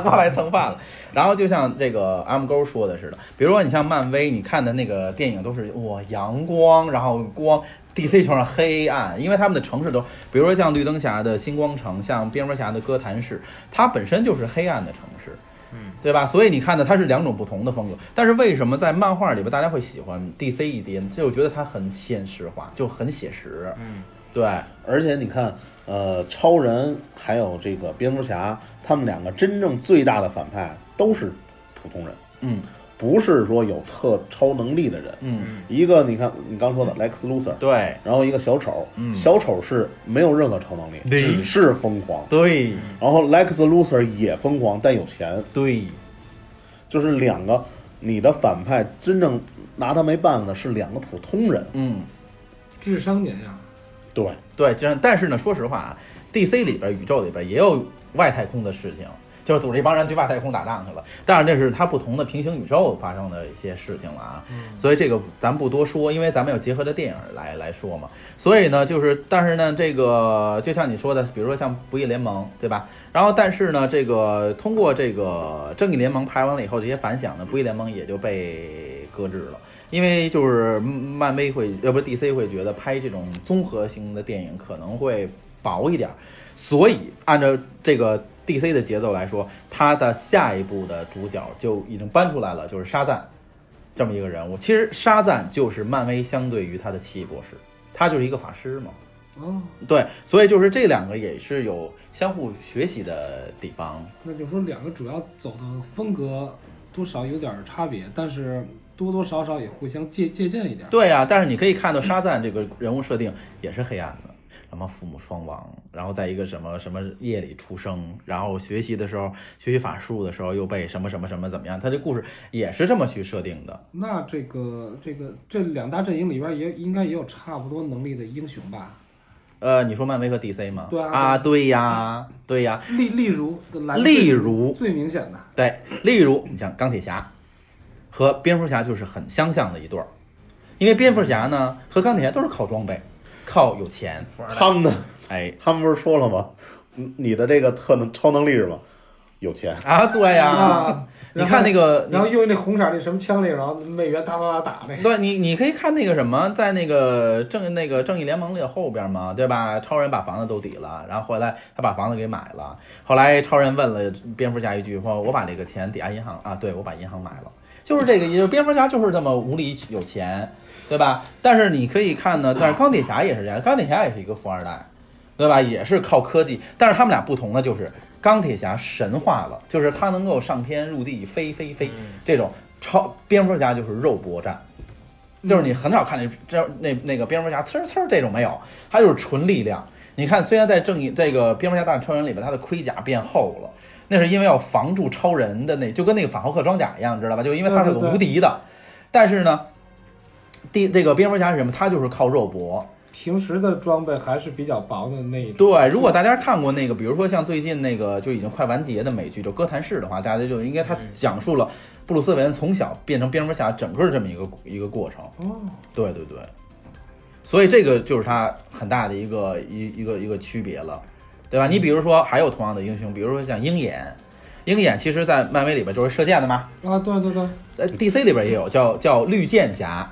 Speaker 2: 过来蹭饭了。然后就像这个阿木沟说的似的，比如说你像漫威，你看的那个电影都是哇阳光，然后光。DC 城是黑暗，因为他们的城市都，比如说像绿灯侠的星光城，像蝙蝠侠的哥谭市，它本身就是黑暗的城市，
Speaker 4: 嗯，
Speaker 2: 对吧？所以你看的它是两种不同的风格。但是为什么在漫画里边大家会喜欢 DC 一点？就觉得它很现实化，就很写实。
Speaker 4: 嗯，
Speaker 2: 对，
Speaker 1: 而且你看，呃，超人还有这个蝙蝠侠，他们两个真正最大的反派都是普通人，
Speaker 2: 嗯
Speaker 1: 不是说有特超能力的人。
Speaker 2: 嗯，
Speaker 1: 一个你看你刚说的 Lex Luthor，
Speaker 2: 对
Speaker 1: 然后一个小丑，
Speaker 2: 嗯
Speaker 1: 小丑是没有任何超能力，
Speaker 2: 对
Speaker 1: 只是疯狂。
Speaker 2: 对
Speaker 1: 然后 Lex Luthor 也疯狂，但有钱，
Speaker 2: 对，
Speaker 1: 就是两个你的反派真正拿他没办法的是两个普通人。
Speaker 2: 嗯。
Speaker 3: 智商碾压，
Speaker 1: 对，
Speaker 2: 对，就是但是呢，说实话啊，DC 里边宇宙里边也有外太空的事情，就是组织一帮人去外太空打仗去了。当然，这是它不同的平行宇宙发生的一些事情了啊。所以这个咱不多说，因为咱们要结合着电影来来说嘛。所以呢，就是但是呢，这个就像你说的，比如说像《不义联盟》，对吧？然后但是呢，这个通过这个《正义联盟》拍完了以后，这些反响呢，《不义联盟》也就被搁置了。因为就是漫威会，要不是 DC 会觉得拍这种综合型的电影可能会薄一点儿，所以按照这个 DC 的节奏来说，他的下一部的主角就已经搬出来了，就是沙赞这么一个人物。其实沙赞就是漫威相对于他的奇异博士，他就是一个法师嘛。
Speaker 3: 哦，
Speaker 2: 对，所以就是这两个也是有相互学习的地方。
Speaker 3: 那就说两个主要走的风格多少有点差别，但是多多少少也互相借借鉴一点。
Speaker 2: 对呀、但是你可以看到沙赞这个人物设定也是黑暗的，什么父母双亡，然后在一个什么什么夜里出生，然后学习的时候学习法术的时候又被什么什么什么怎么样，他这故事也是这么去设定的。
Speaker 3: 那这个这个这两大阵营里边也应该也有差不多能力的英雄吧？
Speaker 2: 呃，你说漫威和 DC 吗？
Speaker 3: 对啊
Speaker 2: 对呀、对呀、
Speaker 3: 例例如，来自
Speaker 2: 例如
Speaker 3: 最明显的，
Speaker 2: 对，例如你像钢铁侠和蝙蝠侠就是很相像的一对儿，因为蝙蝠侠呢和钢铁侠都是靠装备，靠有钱，
Speaker 4: 富二代
Speaker 1: 他们的
Speaker 2: 哎
Speaker 1: 他们不是说了吗？你你的这个特能超能力是吧？有钱。
Speaker 2: 啊，对呀、
Speaker 3: 啊
Speaker 2: 你看那个，你
Speaker 3: 然后用那红色那什么枪那个，然后美元哒哒哒打那个，
Speaker 2: 对你，你可以看那个什么，在那个正那个正义联盟里后边嘛，对吧？超人把房子都抵了，然后回来他把房子给买了。后来超人问了蝙蝠侠一句，说：“我把这个钱抵押银行啊，对我把银行买了。”就是这个，也就蝙蝠侠就是这么无理取有钱，对吧？但是你可以看呢，但是钢铁侠也是这样，钢铁侠也是一个富二代，对吧？也是靠科技，但是他们俩不同的就是钢铁侠神化了，就是他能够上天入地飞飞飞
Speaker 4: 嗯
Speaker 2: 这种。超蝙蝠侠就是肉搏战，就是
Speaker 3: 嗯
Speaker 2: 你很少看见这那那个蝙蝠侠呲儿呲儿这种没有，它就是纯力量。你看，虽然在正义这个蝙蝠侠大战超人里边，他的盔甲变厚了，那是因为要防住超人的那，就跟那个反浩克装甲一样，知道吧？就因为他是个
Speaker 3: 对对对
Speaker 2: 无敌的。但是呢，第这个蝙蝠侠是什么？他就是靠肉搏。
Speaker 3: 平时的装备还是比较薄的那一种。
Speaker 2: 对，如果大家看过那个，比如说像最近那个就已经快完结的美剧《就哥谭市》的话，大家就应该他
Speaker 4: 嗯
Speaker 2: 讲述了布鲁斯韦恩从小变成蝙蝠侠整个这么一个一个过程。
Speaker 3: 哦，
Speaker 2: 对对对，所以这个就是它很大的一个一一个一个区别了，对吧？你比如说还有同样的英雄，比如说像鹰眼，鹰眼其实在漫威里边就是射箭的嘛，
Speaker 3: 啊，对对对，
Speaker 2: 在 DC 里边也有叫叫绿箭侠，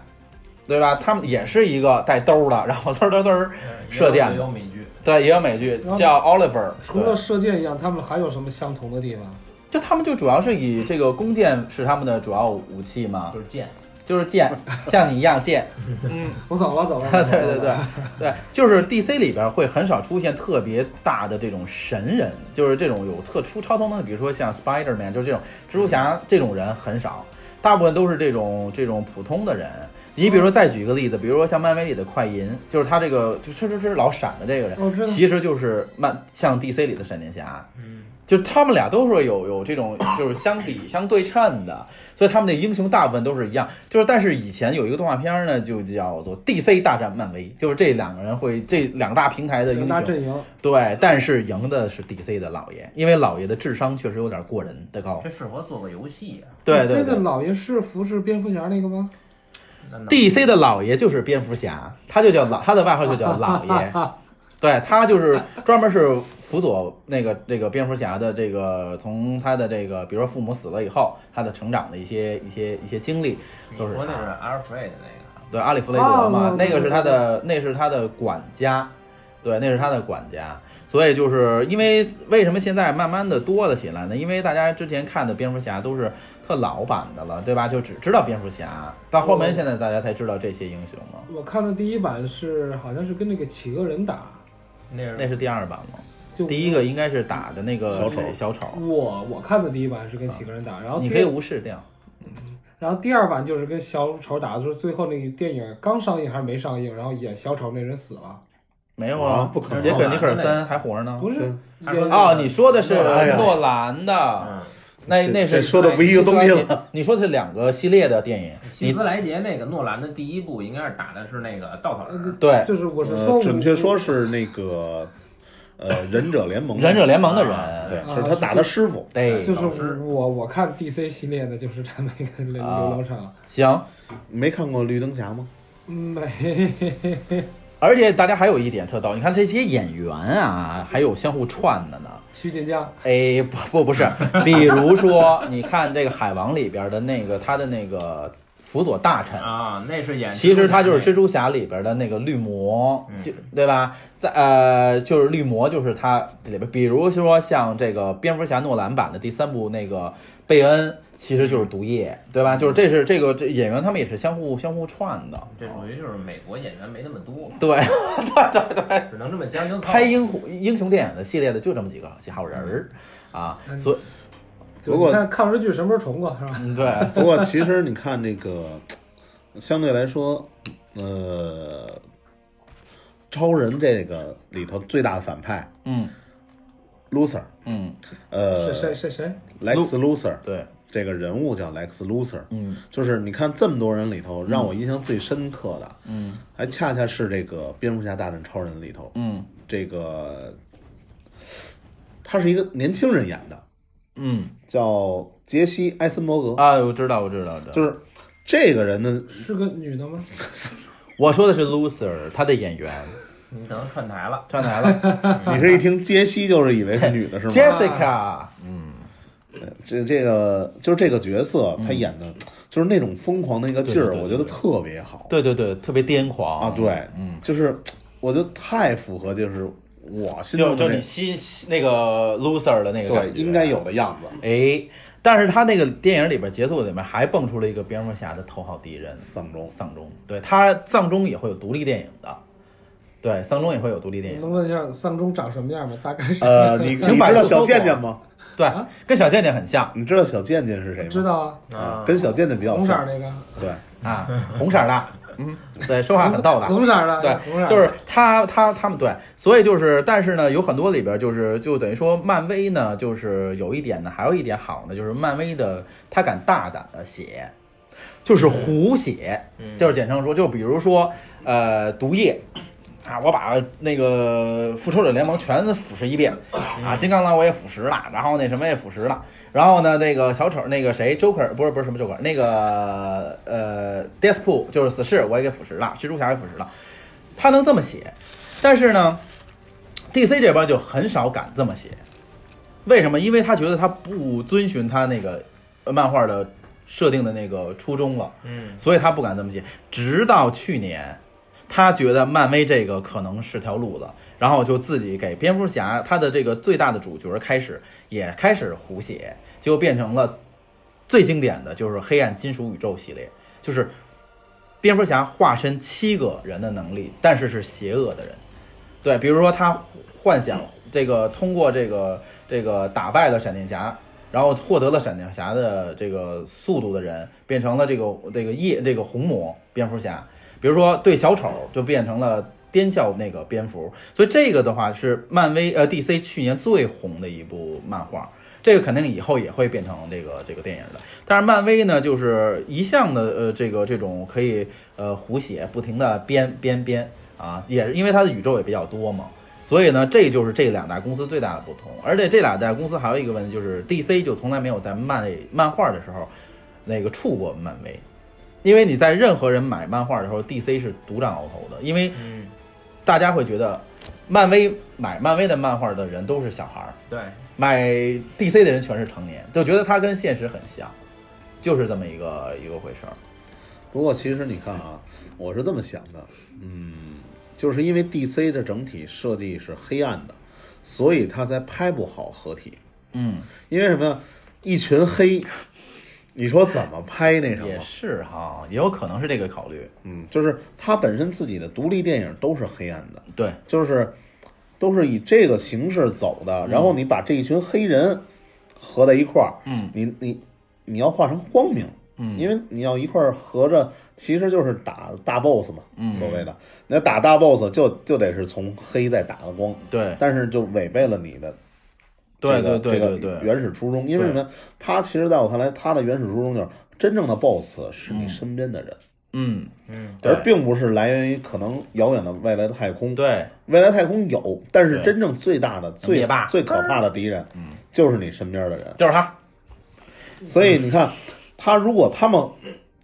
Speaker 2: 对吧？他们也是一个带兜的，然后呲儿呲儿呲儿，射箭
Speaker 4: 也嗯有美剧，
Speaker 2: 对，也有美剧叫 Oliver，
Speaker 3: 除了射箭一样，他们还有什么相同的地方？
Speaker 2: 对就他们就主要是以这个弓箭是他们的主要武器嘛，
Speaker 4: 就是剑，
Speaker 2: 就是贱，像你一样贱。
Speaker 3: 嗯， [laughs] 我走了，走了。
Speaker 2: [laughs] 对对
Speaker 3: 走
Speaker 2: 对
Speaker 3: 了，
Speaker 2: 对，就是 DC 里边会很少出现特别大的这种神人，就是这种有特殊超超能力，比如说像 Spider Man，就是这种蜘蛛侠这种人很少，大部分都是这种这种普通的人。你比如说，再举一个例子，比如说像漫威里的快银，就是他这个就哧哧哧老闪的这个人，
Speaker 3: 哦我知道。
Speaker 2: 其实就是漫像 DC 里的闪电侠，
Speaker 4: 嗯，
Speaker 2: 就他们俩都是有有这种就是相比相对称的，所以他们的英雄大部分都是一样。就是但是以前有一个动画片呢，就叫做 DC 大战漫威，就是这两个人会这两大平台的英
Speaker 3: 两大
Speaker 2: 雄
Speaker 3: 阵营，
Speaker 2: 对，但是赢的是 DC 的老爷，因为老爷的智商确实有点过人的高。
Speaker 4: 这适合做个游戏啊。
Speaker 2: 对
Speaker 3: DC
Speaker 2: 对
Speaker 3: 的
Speaker 2: 对
Speaker 3: 老爷是服是蝙蝠侠那个吗？
Speaker 4: 那能
Speaker 2: ，DC 的老爷就是蝙蝠侠，他就叫老，他的外号就叫老爷。对他就是专门是辅佐那个这个蝙蝠侠的这个从他的这个，比如说父母死了以后，他的成长的一些一些一些经历，
Speaker 4: 你
Speaker 2: 都是
Speaker 4: 说那
Speaker 2: 他
Speaker 4: 是 Alfred 那
Speaker 2: 对，阿里弗雷德嘛，
Speaker 3: 哦
Speaker 2: 那个是他的，那是他的管家，对，那是他的管家。所以就是因为为什么现在慢慢的多了起来呢？因为大家之前看的蝙蝠侠都是特老版的了，对吧？就只知道蝙蝠侠，到后面现在大家才知道这些英雄嘛。
Speaker 3: 我看的第一版是好像是跟那个企鹅人打，
Speaker 4: 个，那
Speaker 2: 那
Speaker 4: 是
Speaker 2: 是第二版嘛，
Speaker 3: 就
Speaker 2: 第一个应该是打的那个
Speaker 1: 小丑
Speaker 2: 谁小丑，
Speaker 3: 我我看的第一版是跟企鹅人打，然后
Speaker 2: 你
Speaker 3: 第
Speaker 2: 可以无视掉。
Speaker 3: 然后第二版就是跟小丑打的时候，最后那个电影刚上映还是没上映，然后演小丑那人死了，
Speaker 2: 没有
Speaker 1: 啊不可能
Speaker 2: 杰克尼克尔森还活着呢。
Speaker 3: 不是
Speaker 1: 嗯
Speaker 3: 也
Speaker 4: 还是
Speaker 2: 哦，你说的是
Speaker 1: 哎呀
Speaker 2: 诺兰的，
Speaker 4: 嗯，
Speaker 2: 那
Speaker 1: 这
Speaker 2: 那是
Speaker 1: 这说的不一个东西了。
Speaker 2: 你你说的是两个系列的电影，
Speaker 4: 希
Speaker 2: 你
Speaker 4: 斯莱杰那个诺兰的第一部应该是打的是那个稻草人，啊
Speaker 2: 对
Speaker 3: 就是我是说
Speaker 1: 呃
Speaker 3: 我，
Speaker 1: 准确说是那个呃
Speaker 2: [laughs]
Speaker 1: 忍者联盟，
Speaker 2: 忍者联盟的
Speaker 4: 啊
Speaker 2: 人，
Speaker 1: 对，
Speaker 3: 啊
Speaker 1: 是他打他师傅，
Speaker 2: 对，
Speaker 3: 哎就是
Speaker 4: 老师
Speaker 3: 我我看 DC 系列的就是他那
Speaker 2: [laughs]
Speaker 3: 个流流
Speaker 2: 啊
Speaker 3: 浪场，
Speaker 2: 行。
Speaker 1: 没看过绿灯侠
Speaker 2: [laughs]
Speaker 1: 吗？
Speaker 3: 嗯，没， [laughs]
Speaker 2: 而且大家还有一点特逗，你看这些演员啊，还有相互串的呢。
Speaker 3: 徐锦江
Speaker 2: 哎，不不不是，比如说，你看这个《海王》里边的那个他的那个辅佐大臣，
Speaker 4: 啊，那是演，
Speaker 2: 其实他就是蜘蛛侠里边的那个绿魔，就对吧？在呃，就是绿魔，就是他这里边，比如说像这个蝙蝠侠诺兰版的第三部那个贝恩，其实就是毒液，对吧？就是这是这个这演员他们也是相互相互串的，
Speaker 4: 这属于就是美国演员没那么多，
Speaker 2: 对，
Speaker 4: 只能这么将就凑合。
Speaker 2: 拍英雄英雄电影的系列的就这么几个好人儿啊，
Speaker 3: 嗯
Speaker 2: 所以
Speaker 3: 对
Speaker 1: 如果
Speaker 3: 你看抗日剧什么时候重过是吧？
Speaker 2: 嗯对，
Speaker 1: 不过其实你看这个，相对来说，呃，超人这个里头最大的反派
Speaker 2: 嗯
Speaker 1: Loser，
Speaker 2: 嗯
Speaker 1: 呃
Speaker 3: 是谁谁谁？
Speaker 1: ，Lex Loser
Speaker 2: 对，
Speaker 1: 这个人物叫 Lex Loser，
Speaker 2: 嗯
Speaker 1: 就是你看这么多人里头，让我印象最深刻的，
Speaker 2: 嗯
Speaker 1: 还恰恰是这个《蝙蝠侠大战超人》里头，
Speaker 2: 嗯
Speaker 1: 这个他是一个年轻人演的，
Speaker 2: 嗯
Speaker 1: 叫杰西·艾森伯格，
Speaker 2: 啊，我知道我知道，我知道
Speaker 1: 就是这个人
Speaker 2: [laughs]
Speaker 1: 呢，
Speaker 3: 是个女的吗？
Speaker 2: 我说的是 loser，他的演员
Speaker 4: 你可能串台了，
Speaker 2: 上台了。
Speaker 1: 你是一听杰西就是以为是女的是吗？
Speaker 2: Jessica，嗯，
Speaker 1: 这这个就是这个角色，他演的就是那种疯狂的那个劲儿，
Speaker 2: 嗯对对对
Speaker 1: 我觉得特别好
Speaker 2: 对对对，特别癫狂
Speaker 1: 啊！对，
Speaker 2: 嗯，
Speaker 1: 就是我觉得太符合就是我心
Speaker 2: 就
Speaker 1: 中的
Speaker 2: 就
Speaker 1: 那
Speaker 2: 你心心那个 loser 的那个
Speaker 1: 对
Speaker 2: 感觉，啊
Speaker 1: 应该有。的样子。
Speaker 2: 哎，但是他那个电影里边结束里面还蹦出了一个蝙蝠侠的头号敌人
Speaker 1: 丧钟，
Speaker 2: 丧钟，对他丧钟也会有独立电影的，对，丧钟也会有独立电影，
Speaker 3: 能问一下丧钟长什么样吗？大概是
Speaker 1: 呃，
Speaker 3: [laughs]
Speaker 1: 你你
Speaker 2: 请
Speaker 1: 知
Speaker 2: 百度
Speaker 1: 道
Speaker 2: 搜
Speaker 1: 小
Speaker 2: 索
Speaker 1: 贱贱吗？
Speaker 2: 对
Speaker 3: 啊，
Speaker 2: 跟小贱贱很像
Speaker 1: 你知道小贱贱是谁吗？
Speaker 3: 知道啊，
Speaker 1: 啊
Speaker 4: 啊，
Speaker 1: 跟小贱贱比较
Speaker 3: 红色
Speaker 1: 像。
Speaker 3: 儿那个，
Speaker 1: 对，
Speaker 2: 啊，红色的，嗯，对，说话很逗
Speaker 3: [laughs]
Speaker 2: 的，
Speaker 3: 红色儿的，
Speaker 2: 对
Speaker 3: 红色儿的
Speaker 2: 就是他他他们对，所以就是，但是呢，有很多里边就是就等于说，漫威呢，就是有一点呢，还有一点好呢，就是漫威的他敢大胆的写，就是胡写，
Speaker 4: 嗯
Speaker 2: 就是简称说，就比如说呃，毒液。啊，我把那个复仇者联盟全腐蚀一遍，啊，金刚狼我也腐蚀了，然后那什么也腐蚀了，然后呢，那个小丑那个谁，Joker 不是不是什么 Joker，那个呃 d e a t h p o o l 就是死侍我也给腐蚀了，蜘蛛侠也腐蚀了，他能这么写，但是呢，DC 这边就很少敢这么写，为什么？因为他觉得他不遵循他那个呃漫画的设定的那个初衷了，
Speaker 4: 嗯，
Speaker 2: 所以他不敢这么写。直到去年，他觉得漫威这个可能是条路子，然后就自己给蝙蝠侠他的这个最大的主角开始也开始胡写，结果变成了最经典的就是黑暗金属宇宙系列。就是蝙蝠侠化身七个人的能力，但是是邪恶的人。对，比如说他幻想这个通过这个这个打败了闪电侠，然后获得了闪电侠的这个速度的人，变成了这个这个夜这个红魔蝙蝠侠。比如说对小丑就变成了癫笑那个蝙蝠，所以这个的话是漫威呃 DC 去年最红的一部漫画，这个肯定以后也会变成这个这个电影的。但是漫威呢，就是一向的呃这个这种可以呃胡写，不停的编编编啊，也是因为它的宇宙也比较多嘛。所以呢，这就是这两大公司最大的不同，而且这两大公司还有一个问题，就是 DC 就从来没有在漫漫画的时候，那个触过漫威，因为你在任何人买漫画的时候，DC 是独占鳌头的，因为
Speaker 4: 嗯，
Speaker 2: 大家会觉得，漫威买漫威的漫画的人都是小孩儿，
Speaker 4: 对，
Speaker 2: 买 DC 的人全是成年，就觉得它跟现实很像，就是这么一个一个回事儿。
Speaker 1: 不过其实你看啊，我是这么想的，嗯，就是因为 DC 的整体设计是黑暗的，所以它才拍不好合体。
Speaker 2: 嗯，
Speaker 1: 因为什么呀？一群黑，你说怎么拍那什么
Speaker 2: 也？是哈，也有可能是这个考虑。
Speaker 1: 嗯，就是它本身自己的独立电影都是黑暗的，
Speaker 2: 对，
Speaker 1: 就是都是以这个形式走的。然后你把这一群黑人合在一块儿，
Speaker 2: 嗯
Speaker 1: 你你你要画成光明，
Speaker 2: 嗯
Speaker 1: 因为你要一块儿合着，其实就是打大 boss 嘛，
Speaker 2: 嗯
Speaker 1: 所谓的那打大 boss 就就得是从黑再打到光，
Speaker 2: 对
Speaker 1: 但是就违背了你的
Speaker 2: 对
Speaker 1: 这个
Speaker 2: 对对对
Speaker 1: 这个
Speaker 2: 对，
Speaker 1: 原始初衷，因为什么呀？他其实在我看来，他的原始初衷就是真正的 BOSS 是你身边的人，
Speaker 2: 嗯
Speaker 4: 嗯，
Speaker 2: 对
Speaker 1: 而并不是来源于可能遥远的未来的太空。
Speaker 2: 对
Speaker 1: 未来太空有，但是
Speaker 2: 对
Speaker 1: 真正最大的、最
Speaker 2: 灭霸嗯
Speaker 1: 最可怕的敌人，就是你身边的人。
Speaker 2: 就是他。
Speaker 1: 所以你看，他如果他们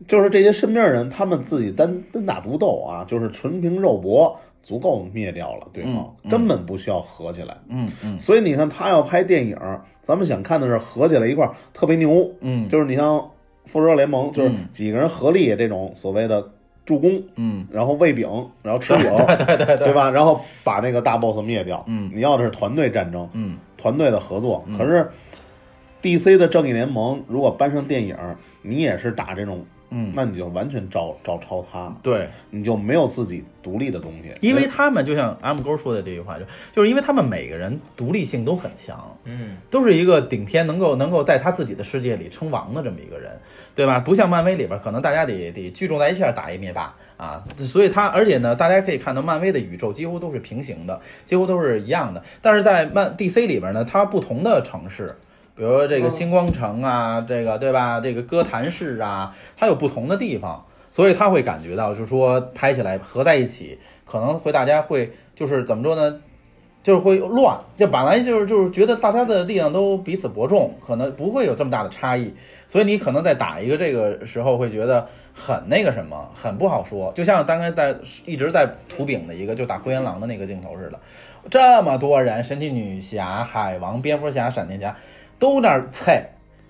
Speaker 1: 就是这些身边人，他们自己单单打独斗啊，就是纯凭肉搏，足够灭掉了对方，
Speaker 2: 嗯嗯
Speaker 1: 根本不需要合起来。
Speaker 2: 嗯嗯
Speaker 1: 所以你看，他要拍电影，咱们想看的是合起来一块儿特别牛，
Speaker 2: 嗯
Speaker 1: 就是你像复仇者联盟，就是
Speaker 2: 嗯
Speaker 1: 几个人合力这种所谓的助攻，
Speaker 2: 嗯，
Speaker 1: 然后喂饼，然后
Speaker 2: [laughs]
Speaker 1: 吃饼，对对对对，吧？然后把那个大 boss 灭掉。
Speaker 2: 嗯
Speaker 1: 你要的是团队战争，
Speaker 2: 嗯，
Speaker 1: 团队的合作。可是 DC 的正义联盟如果搬上电影，你也是打这种，
Speaker 2: 嗯，
Speaker 1: 那你就完全照照抄他，
Speaker 2: 对，
Speaker 1: 你就没有自己独立的东西，
Speaker 2: 因为他们就像 M 勾说的这句话，就就是因为他们每个人独立性都很强，
Speaker 4: 嗯，
Speaker 2: 都是一个顶天能够能够在他自己的世界里称王的这么一个人，对吧？不像漫威里边，可能大家得得聚众在一起打一灭霸啊，所以他而且呢，大家可以看到漫威的宇宙几乎都是平行的，几乎都是一样的，但是在漫 DC 里边呢，它不同的城市。比如说这个星光城啊，这个对吧？这个哥谭市啊，它有不同的地方，所以他会感觉到，就是说拍起来合在一起，可能会大家会就是怎么说呢？就是会乱，就本来就是就是觉得大家的力量都彼此伯仲，可能不会有这么大的差异，所以你可能在打一个这个时候会觉得很那个什么，很不好说。就像刚才在一直在涂饼的一个就打灰原狼的那个镜头似的，这么多人，神奇女侠、海王、蝙蝠侠、闪电侠都那儿菜，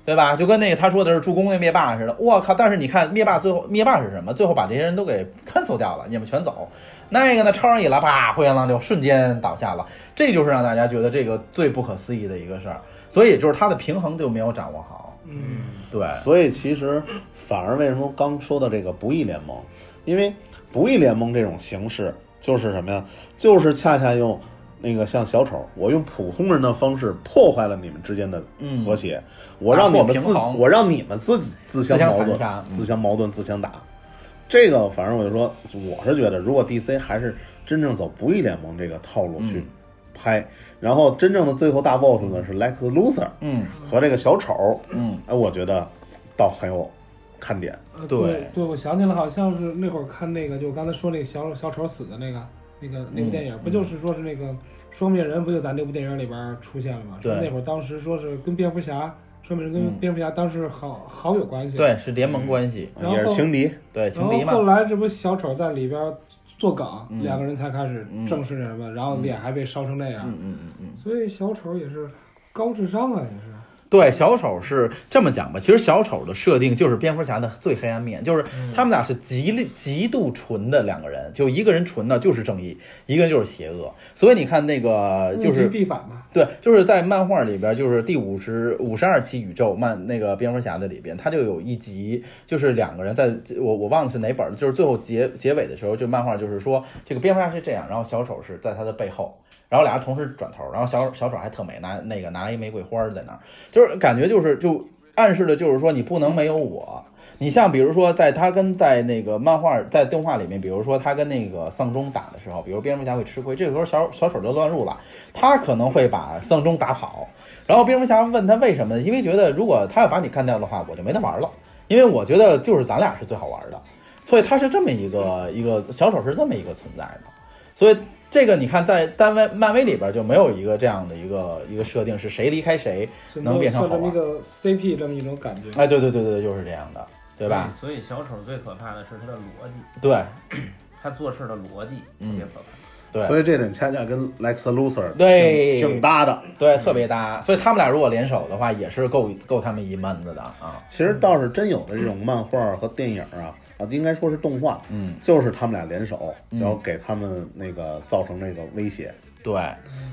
Speaker 2: 对吧？就跟那个他说的是助攻那灭霸似的，我靠！但是你看灭霸最后灭霸是什么？最后把这些人都给 cancel 掉了，你们全走。那个呢，超人一来，啪，灰原狼就瞬间倒下了。这就是让大家觉得这个最不可思议的一个事儿，所以也就是它的平衡就没有掌握好。
Speaker 3: 嗯，
Speaker 2: 对，
Speaker 1: 所以其实反而为什么刚说到这个不义联盟，因为不义联盟这种形式就是什么呀？就是恰恰用那个像小丑，我用普通人的方式破坏了你们之间的
Speaker 2: 嗯
Speaker 1: 和谐，我让你们自
Speaker 2: 打破平衡
Speaker 1: 我让你们自己自相矛
Speaker 2: 自相残
Speaker 1: 盾
Speaker 2: 杀、嗯
Speaker 1: 自相矛盾、自相打。这个反正我就说，我是觉得，如果 DC 还是真正走不义联盟这个套路去
Speaker 2: 嗯
Speaker 1: 拍，然后真正的最后大 boss 呢是 Lex Luthor
Speaker 2: 嗯
Speaker 1: 和这个小丑，
Speaker 2: 嗯
Speaker 1: 哎，我觉得倒很有看点。
Speaker 3: 呃
Speaker 2: 对
Speaker 3: 对对，我想起来，好像是那会儿看那个，就我刚才说那个小小丑死的那个那个那
Speaker 2: 嗯
Speaker 3: 个电影，不就是说是那个双面人，不就咱这部电影里边儿出现了吗？
Speaker 2: 对
Speaker 3: 说那会儿当时说是跟蝙蝠侠，双面人
Speaker 2: 嗯
Speaker 3: 跟蝙蝠侠当时好好友关系，
Speaker 2: 对，是联盟关系，
Speaker 3: 然后
Speaker 1: 也是情敌，
Speaker 2: 对，情
Speaker 3: 然后
Speaker 2: 敌
Speaker 3: 后
Speaker 2: 嘛，
Speaker 3: 来这不小丑在里边儿做梗，
Speaker 2: 嗯
Speaker 3: 两个人才开始
Speaker 2: 嗯
Speaker 3: 正式那什么，然后脸还被烧成那样，
Speaker 2: 嗯嗯嗯嗯，
Speaker 3: 所以小丑也是高智商啊，也是。
Speaker 2: 对，小丑是这么讲吧？其实小丑的设定就是蝙蝠侠的最黑暗面，就是
Speaker 3: 嗯
Speaker 2: 他们俩是极力极度纯的两个人，就一个人纯的就是正义，一个人就是邪恶。所以你看那个呃就
Speaker 3: 物
Speaker 2: 是
Speaker 3: 极必反嘛。
Speaker 2: 对，就是在漫画里边，就是第五十五十二期宇宙漫那个蝙蝠侠的里边，他就有一集，就是两个人在我我忘了是哪本了，就是最后结结尾的时候，就漫画就是说这个蝙蝠侠是这样，然后小丑是在他的背后，然后俩人同时转头，然后小小丑还特美，拿那个拿一玫瑰花儿在那儿，就是感觉就是就暗示的就是说你不能没有我。你像比如说，在他跟在那个漫画在动画里面，比如说他跟那个丧钟打的时候，比如蝙蝠侠会吃亏，这个时候小小丑就乱入了，他可能会把丧钟打跑。然后蝙蝠侠问他为什么，因为觉得如果他要把你干掉的话，我就没得玩了，因为我觉得就是咱俩是最好玩的，所以他是这么一个一个小丑是这么一个存在的，所以这个你看在单位漫威里边就没有一个这样的一个一个设定是谁离开谁，
Speaker 3: 是
Speaker 2: 能变成
Speaker 3: 像
Speaker 2: 好
Speaker 3: 这么一
Speaker 2: 玩
Speaker 3: 个 CP 这么一种感觉。
Speaker 2: 哎，对对对对，就是这样的，对吧？
Speaker 4: 所以？所以小丑最可怕的是他的逻辑，
Speaker 2: 对
Speaker 4: 他做事的逻辑特
Speaker 2: 嗯
Speaker 4: 别可怕。
Speaker 2: 对，
Speaker 1: 所以这点恰恰跟 Lex Luthor
Speaker 2: 对
Speaker 1: 挺挺搭的。
Speaker 2: 对，特别搭。所以他们俩如果联手的话，也是够够他们一闷子的啊。
Speaker 1: 其实倒是真有的这种漫画和电影啊，啊，应该说是动画，
Speaker 2: 嗯，
Speaker 1: 就是他们俩联手，
Speaker 2: 嗯
Speaker 1: 然后给他们那个造成那个威胁。
Speaker 2: 对，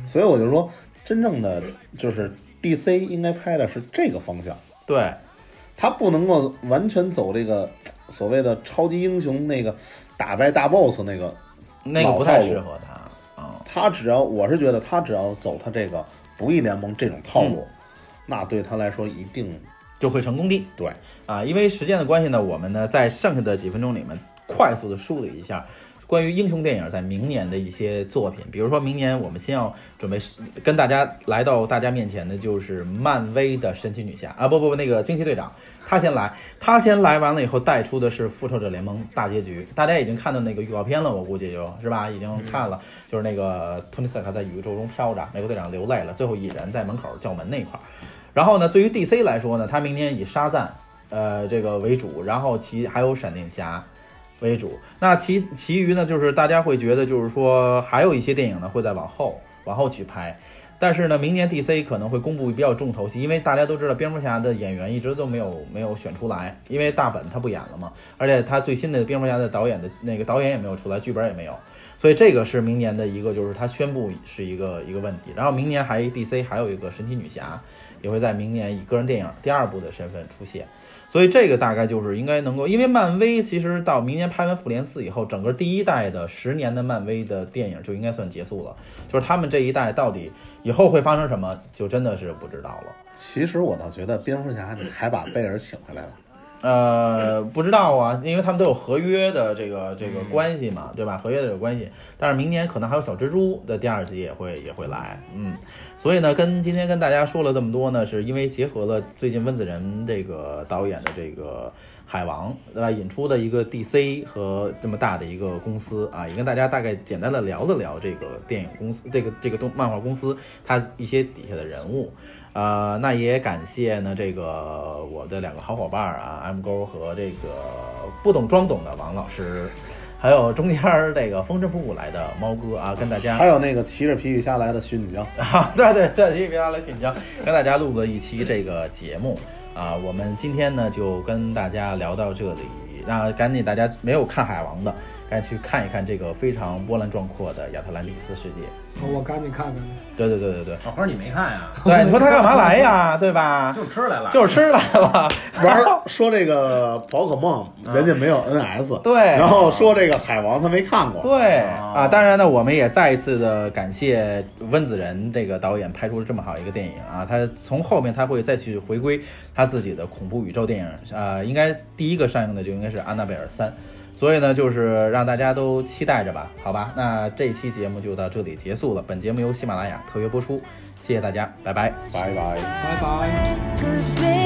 Speaker 1: 所以我就说，真正的就是 DC 应该拍的是这个方向，
Speaker 2: 对，
Speaker 1: 他不能够完全走这个嘖所谓的超级英雄那个打败大 boss 那个，
Speaker 2: 那个不太适合他啊、
Speaker 1: 他只要我是觉得他只要走他这个不义联盟这种套路，那对他来说一定
Speaker 2: 就会成功的。
Speaker 1: 对
Speaker 2: 啊，因为时间的关系呢，我们呢在剩下的几分钟里面快速的梳理一下。关于英雄电影在明年的一些作品，比如说明年我们先要准备跟大家来到大家面前的就是漫威的神奇女侠啊，不不不，那个惊奇队长，他先来，他先来完了以后带出的是复仇者联盟大结局，大家已经看到那个预告片了，我估计就是吧，已经看了，就是那个托尼斯塔克在宇宙中飘着，美国队长流泪了，最后一人在门口叫门那块儿。然后呢，对于 DC 来说呢，他明年以沙赞呃这个为主，然后其还有闪电侠为主。那其其余呢，就是大家会觉得就是说还有一些电影呢会再往后往后去拍。但是呢，明年 DC 可能会公布比较重头戏，因为大家都知道蝙蝠侠的演员一直都没有没有选出来，因为大本他不演了嘛，而且他最新的蝙蝠侠的导演的那个导演也没有出来，剧本也没有，所以这个是明年的一个就是他宣布是一个一个问题。然后明年还 DC 还有一个神奇女侠，也会在明年以个人电影第二部的身份出现。所以这个大概就是应该能够，因为漫威其实到明年拍完《复联四》以后，整个第一代的十年的漫威的电影就应该算结束了。就是他们这一代到底以后会发生什么，就真的是不知道了。
Speaker 1: 其实我倒觉得蝙蝠侠你还把贝尔请回来了，
Speaker 2: 呃，不知道啊，因为他们都有合约的这个这个关系嘛，对吧？合约的这个关系，但是明年可能还有小蜘蛛的第二季也会也会来，嗯，所以呢，跟今天跟大家说了这么多呢，是因为结合了最近温子仁这个导演的这个海王，对吧？引出的一个 DC 和这么大的一个公司啊，也跟大家大概简单的聊了聊这个电影公司，这个这个动漫画公司它一些底下的人物。呃，那也感谢呢，这个我的两个好伙伴儿啊，M 勾和这个不懂装懂的王老师，还有中间儿这个风尘仆仆来的猫哥啊，跟大家
Speaker 1: 还有那个骑着皮皮虾来的徐锦江。
Speaker 2: 啊， [laughs] 对对对，谢谢别拉来请教，跟大家录了一期这个节目啊。我们今天呢就跟大家聊到这里，那赶紧大家没有看海王的，赶紧去看一看这个非常波澜壮阔的亚特兰蒂斯世界。
Speaker 3: 我赶紧看看。
Speaker 2: 对对对对对，
Speaker 4: 老花你没看呀？
Speaker 1: [laughs]
Speaker 2: 对，你说他干嘛来呀？对吧？
Speaker 4: 就吃来了，
Speaker 2: 啊就是吃来了，
Speaker 1: 玩儿说这个宝可梦，人家没有 NS，、
Speaker 2: 对，
Speaker 1: 然后说这个海王他没看过，
Speaker 2: 对
Speaker 4: 哦
Speaker 2: 啊，当然呢，我们也再一次的感谢温子仁这个导演拍出了这么好一个电影啊。他从后面他会再去回归他自己的恐怖宇宙电影啊、呃应该第一个上映的就应该是《安娜贝尔三》，所以呢，就是让大家都期待着吧，好吧？那这期节目就到这里结束了，本节目由喜马拉雅特约播出，谢谢大家，拜拜。
Speaker 1: 拜拜。
Speaker 3: 拜拜。
Speaker 5: Cause baby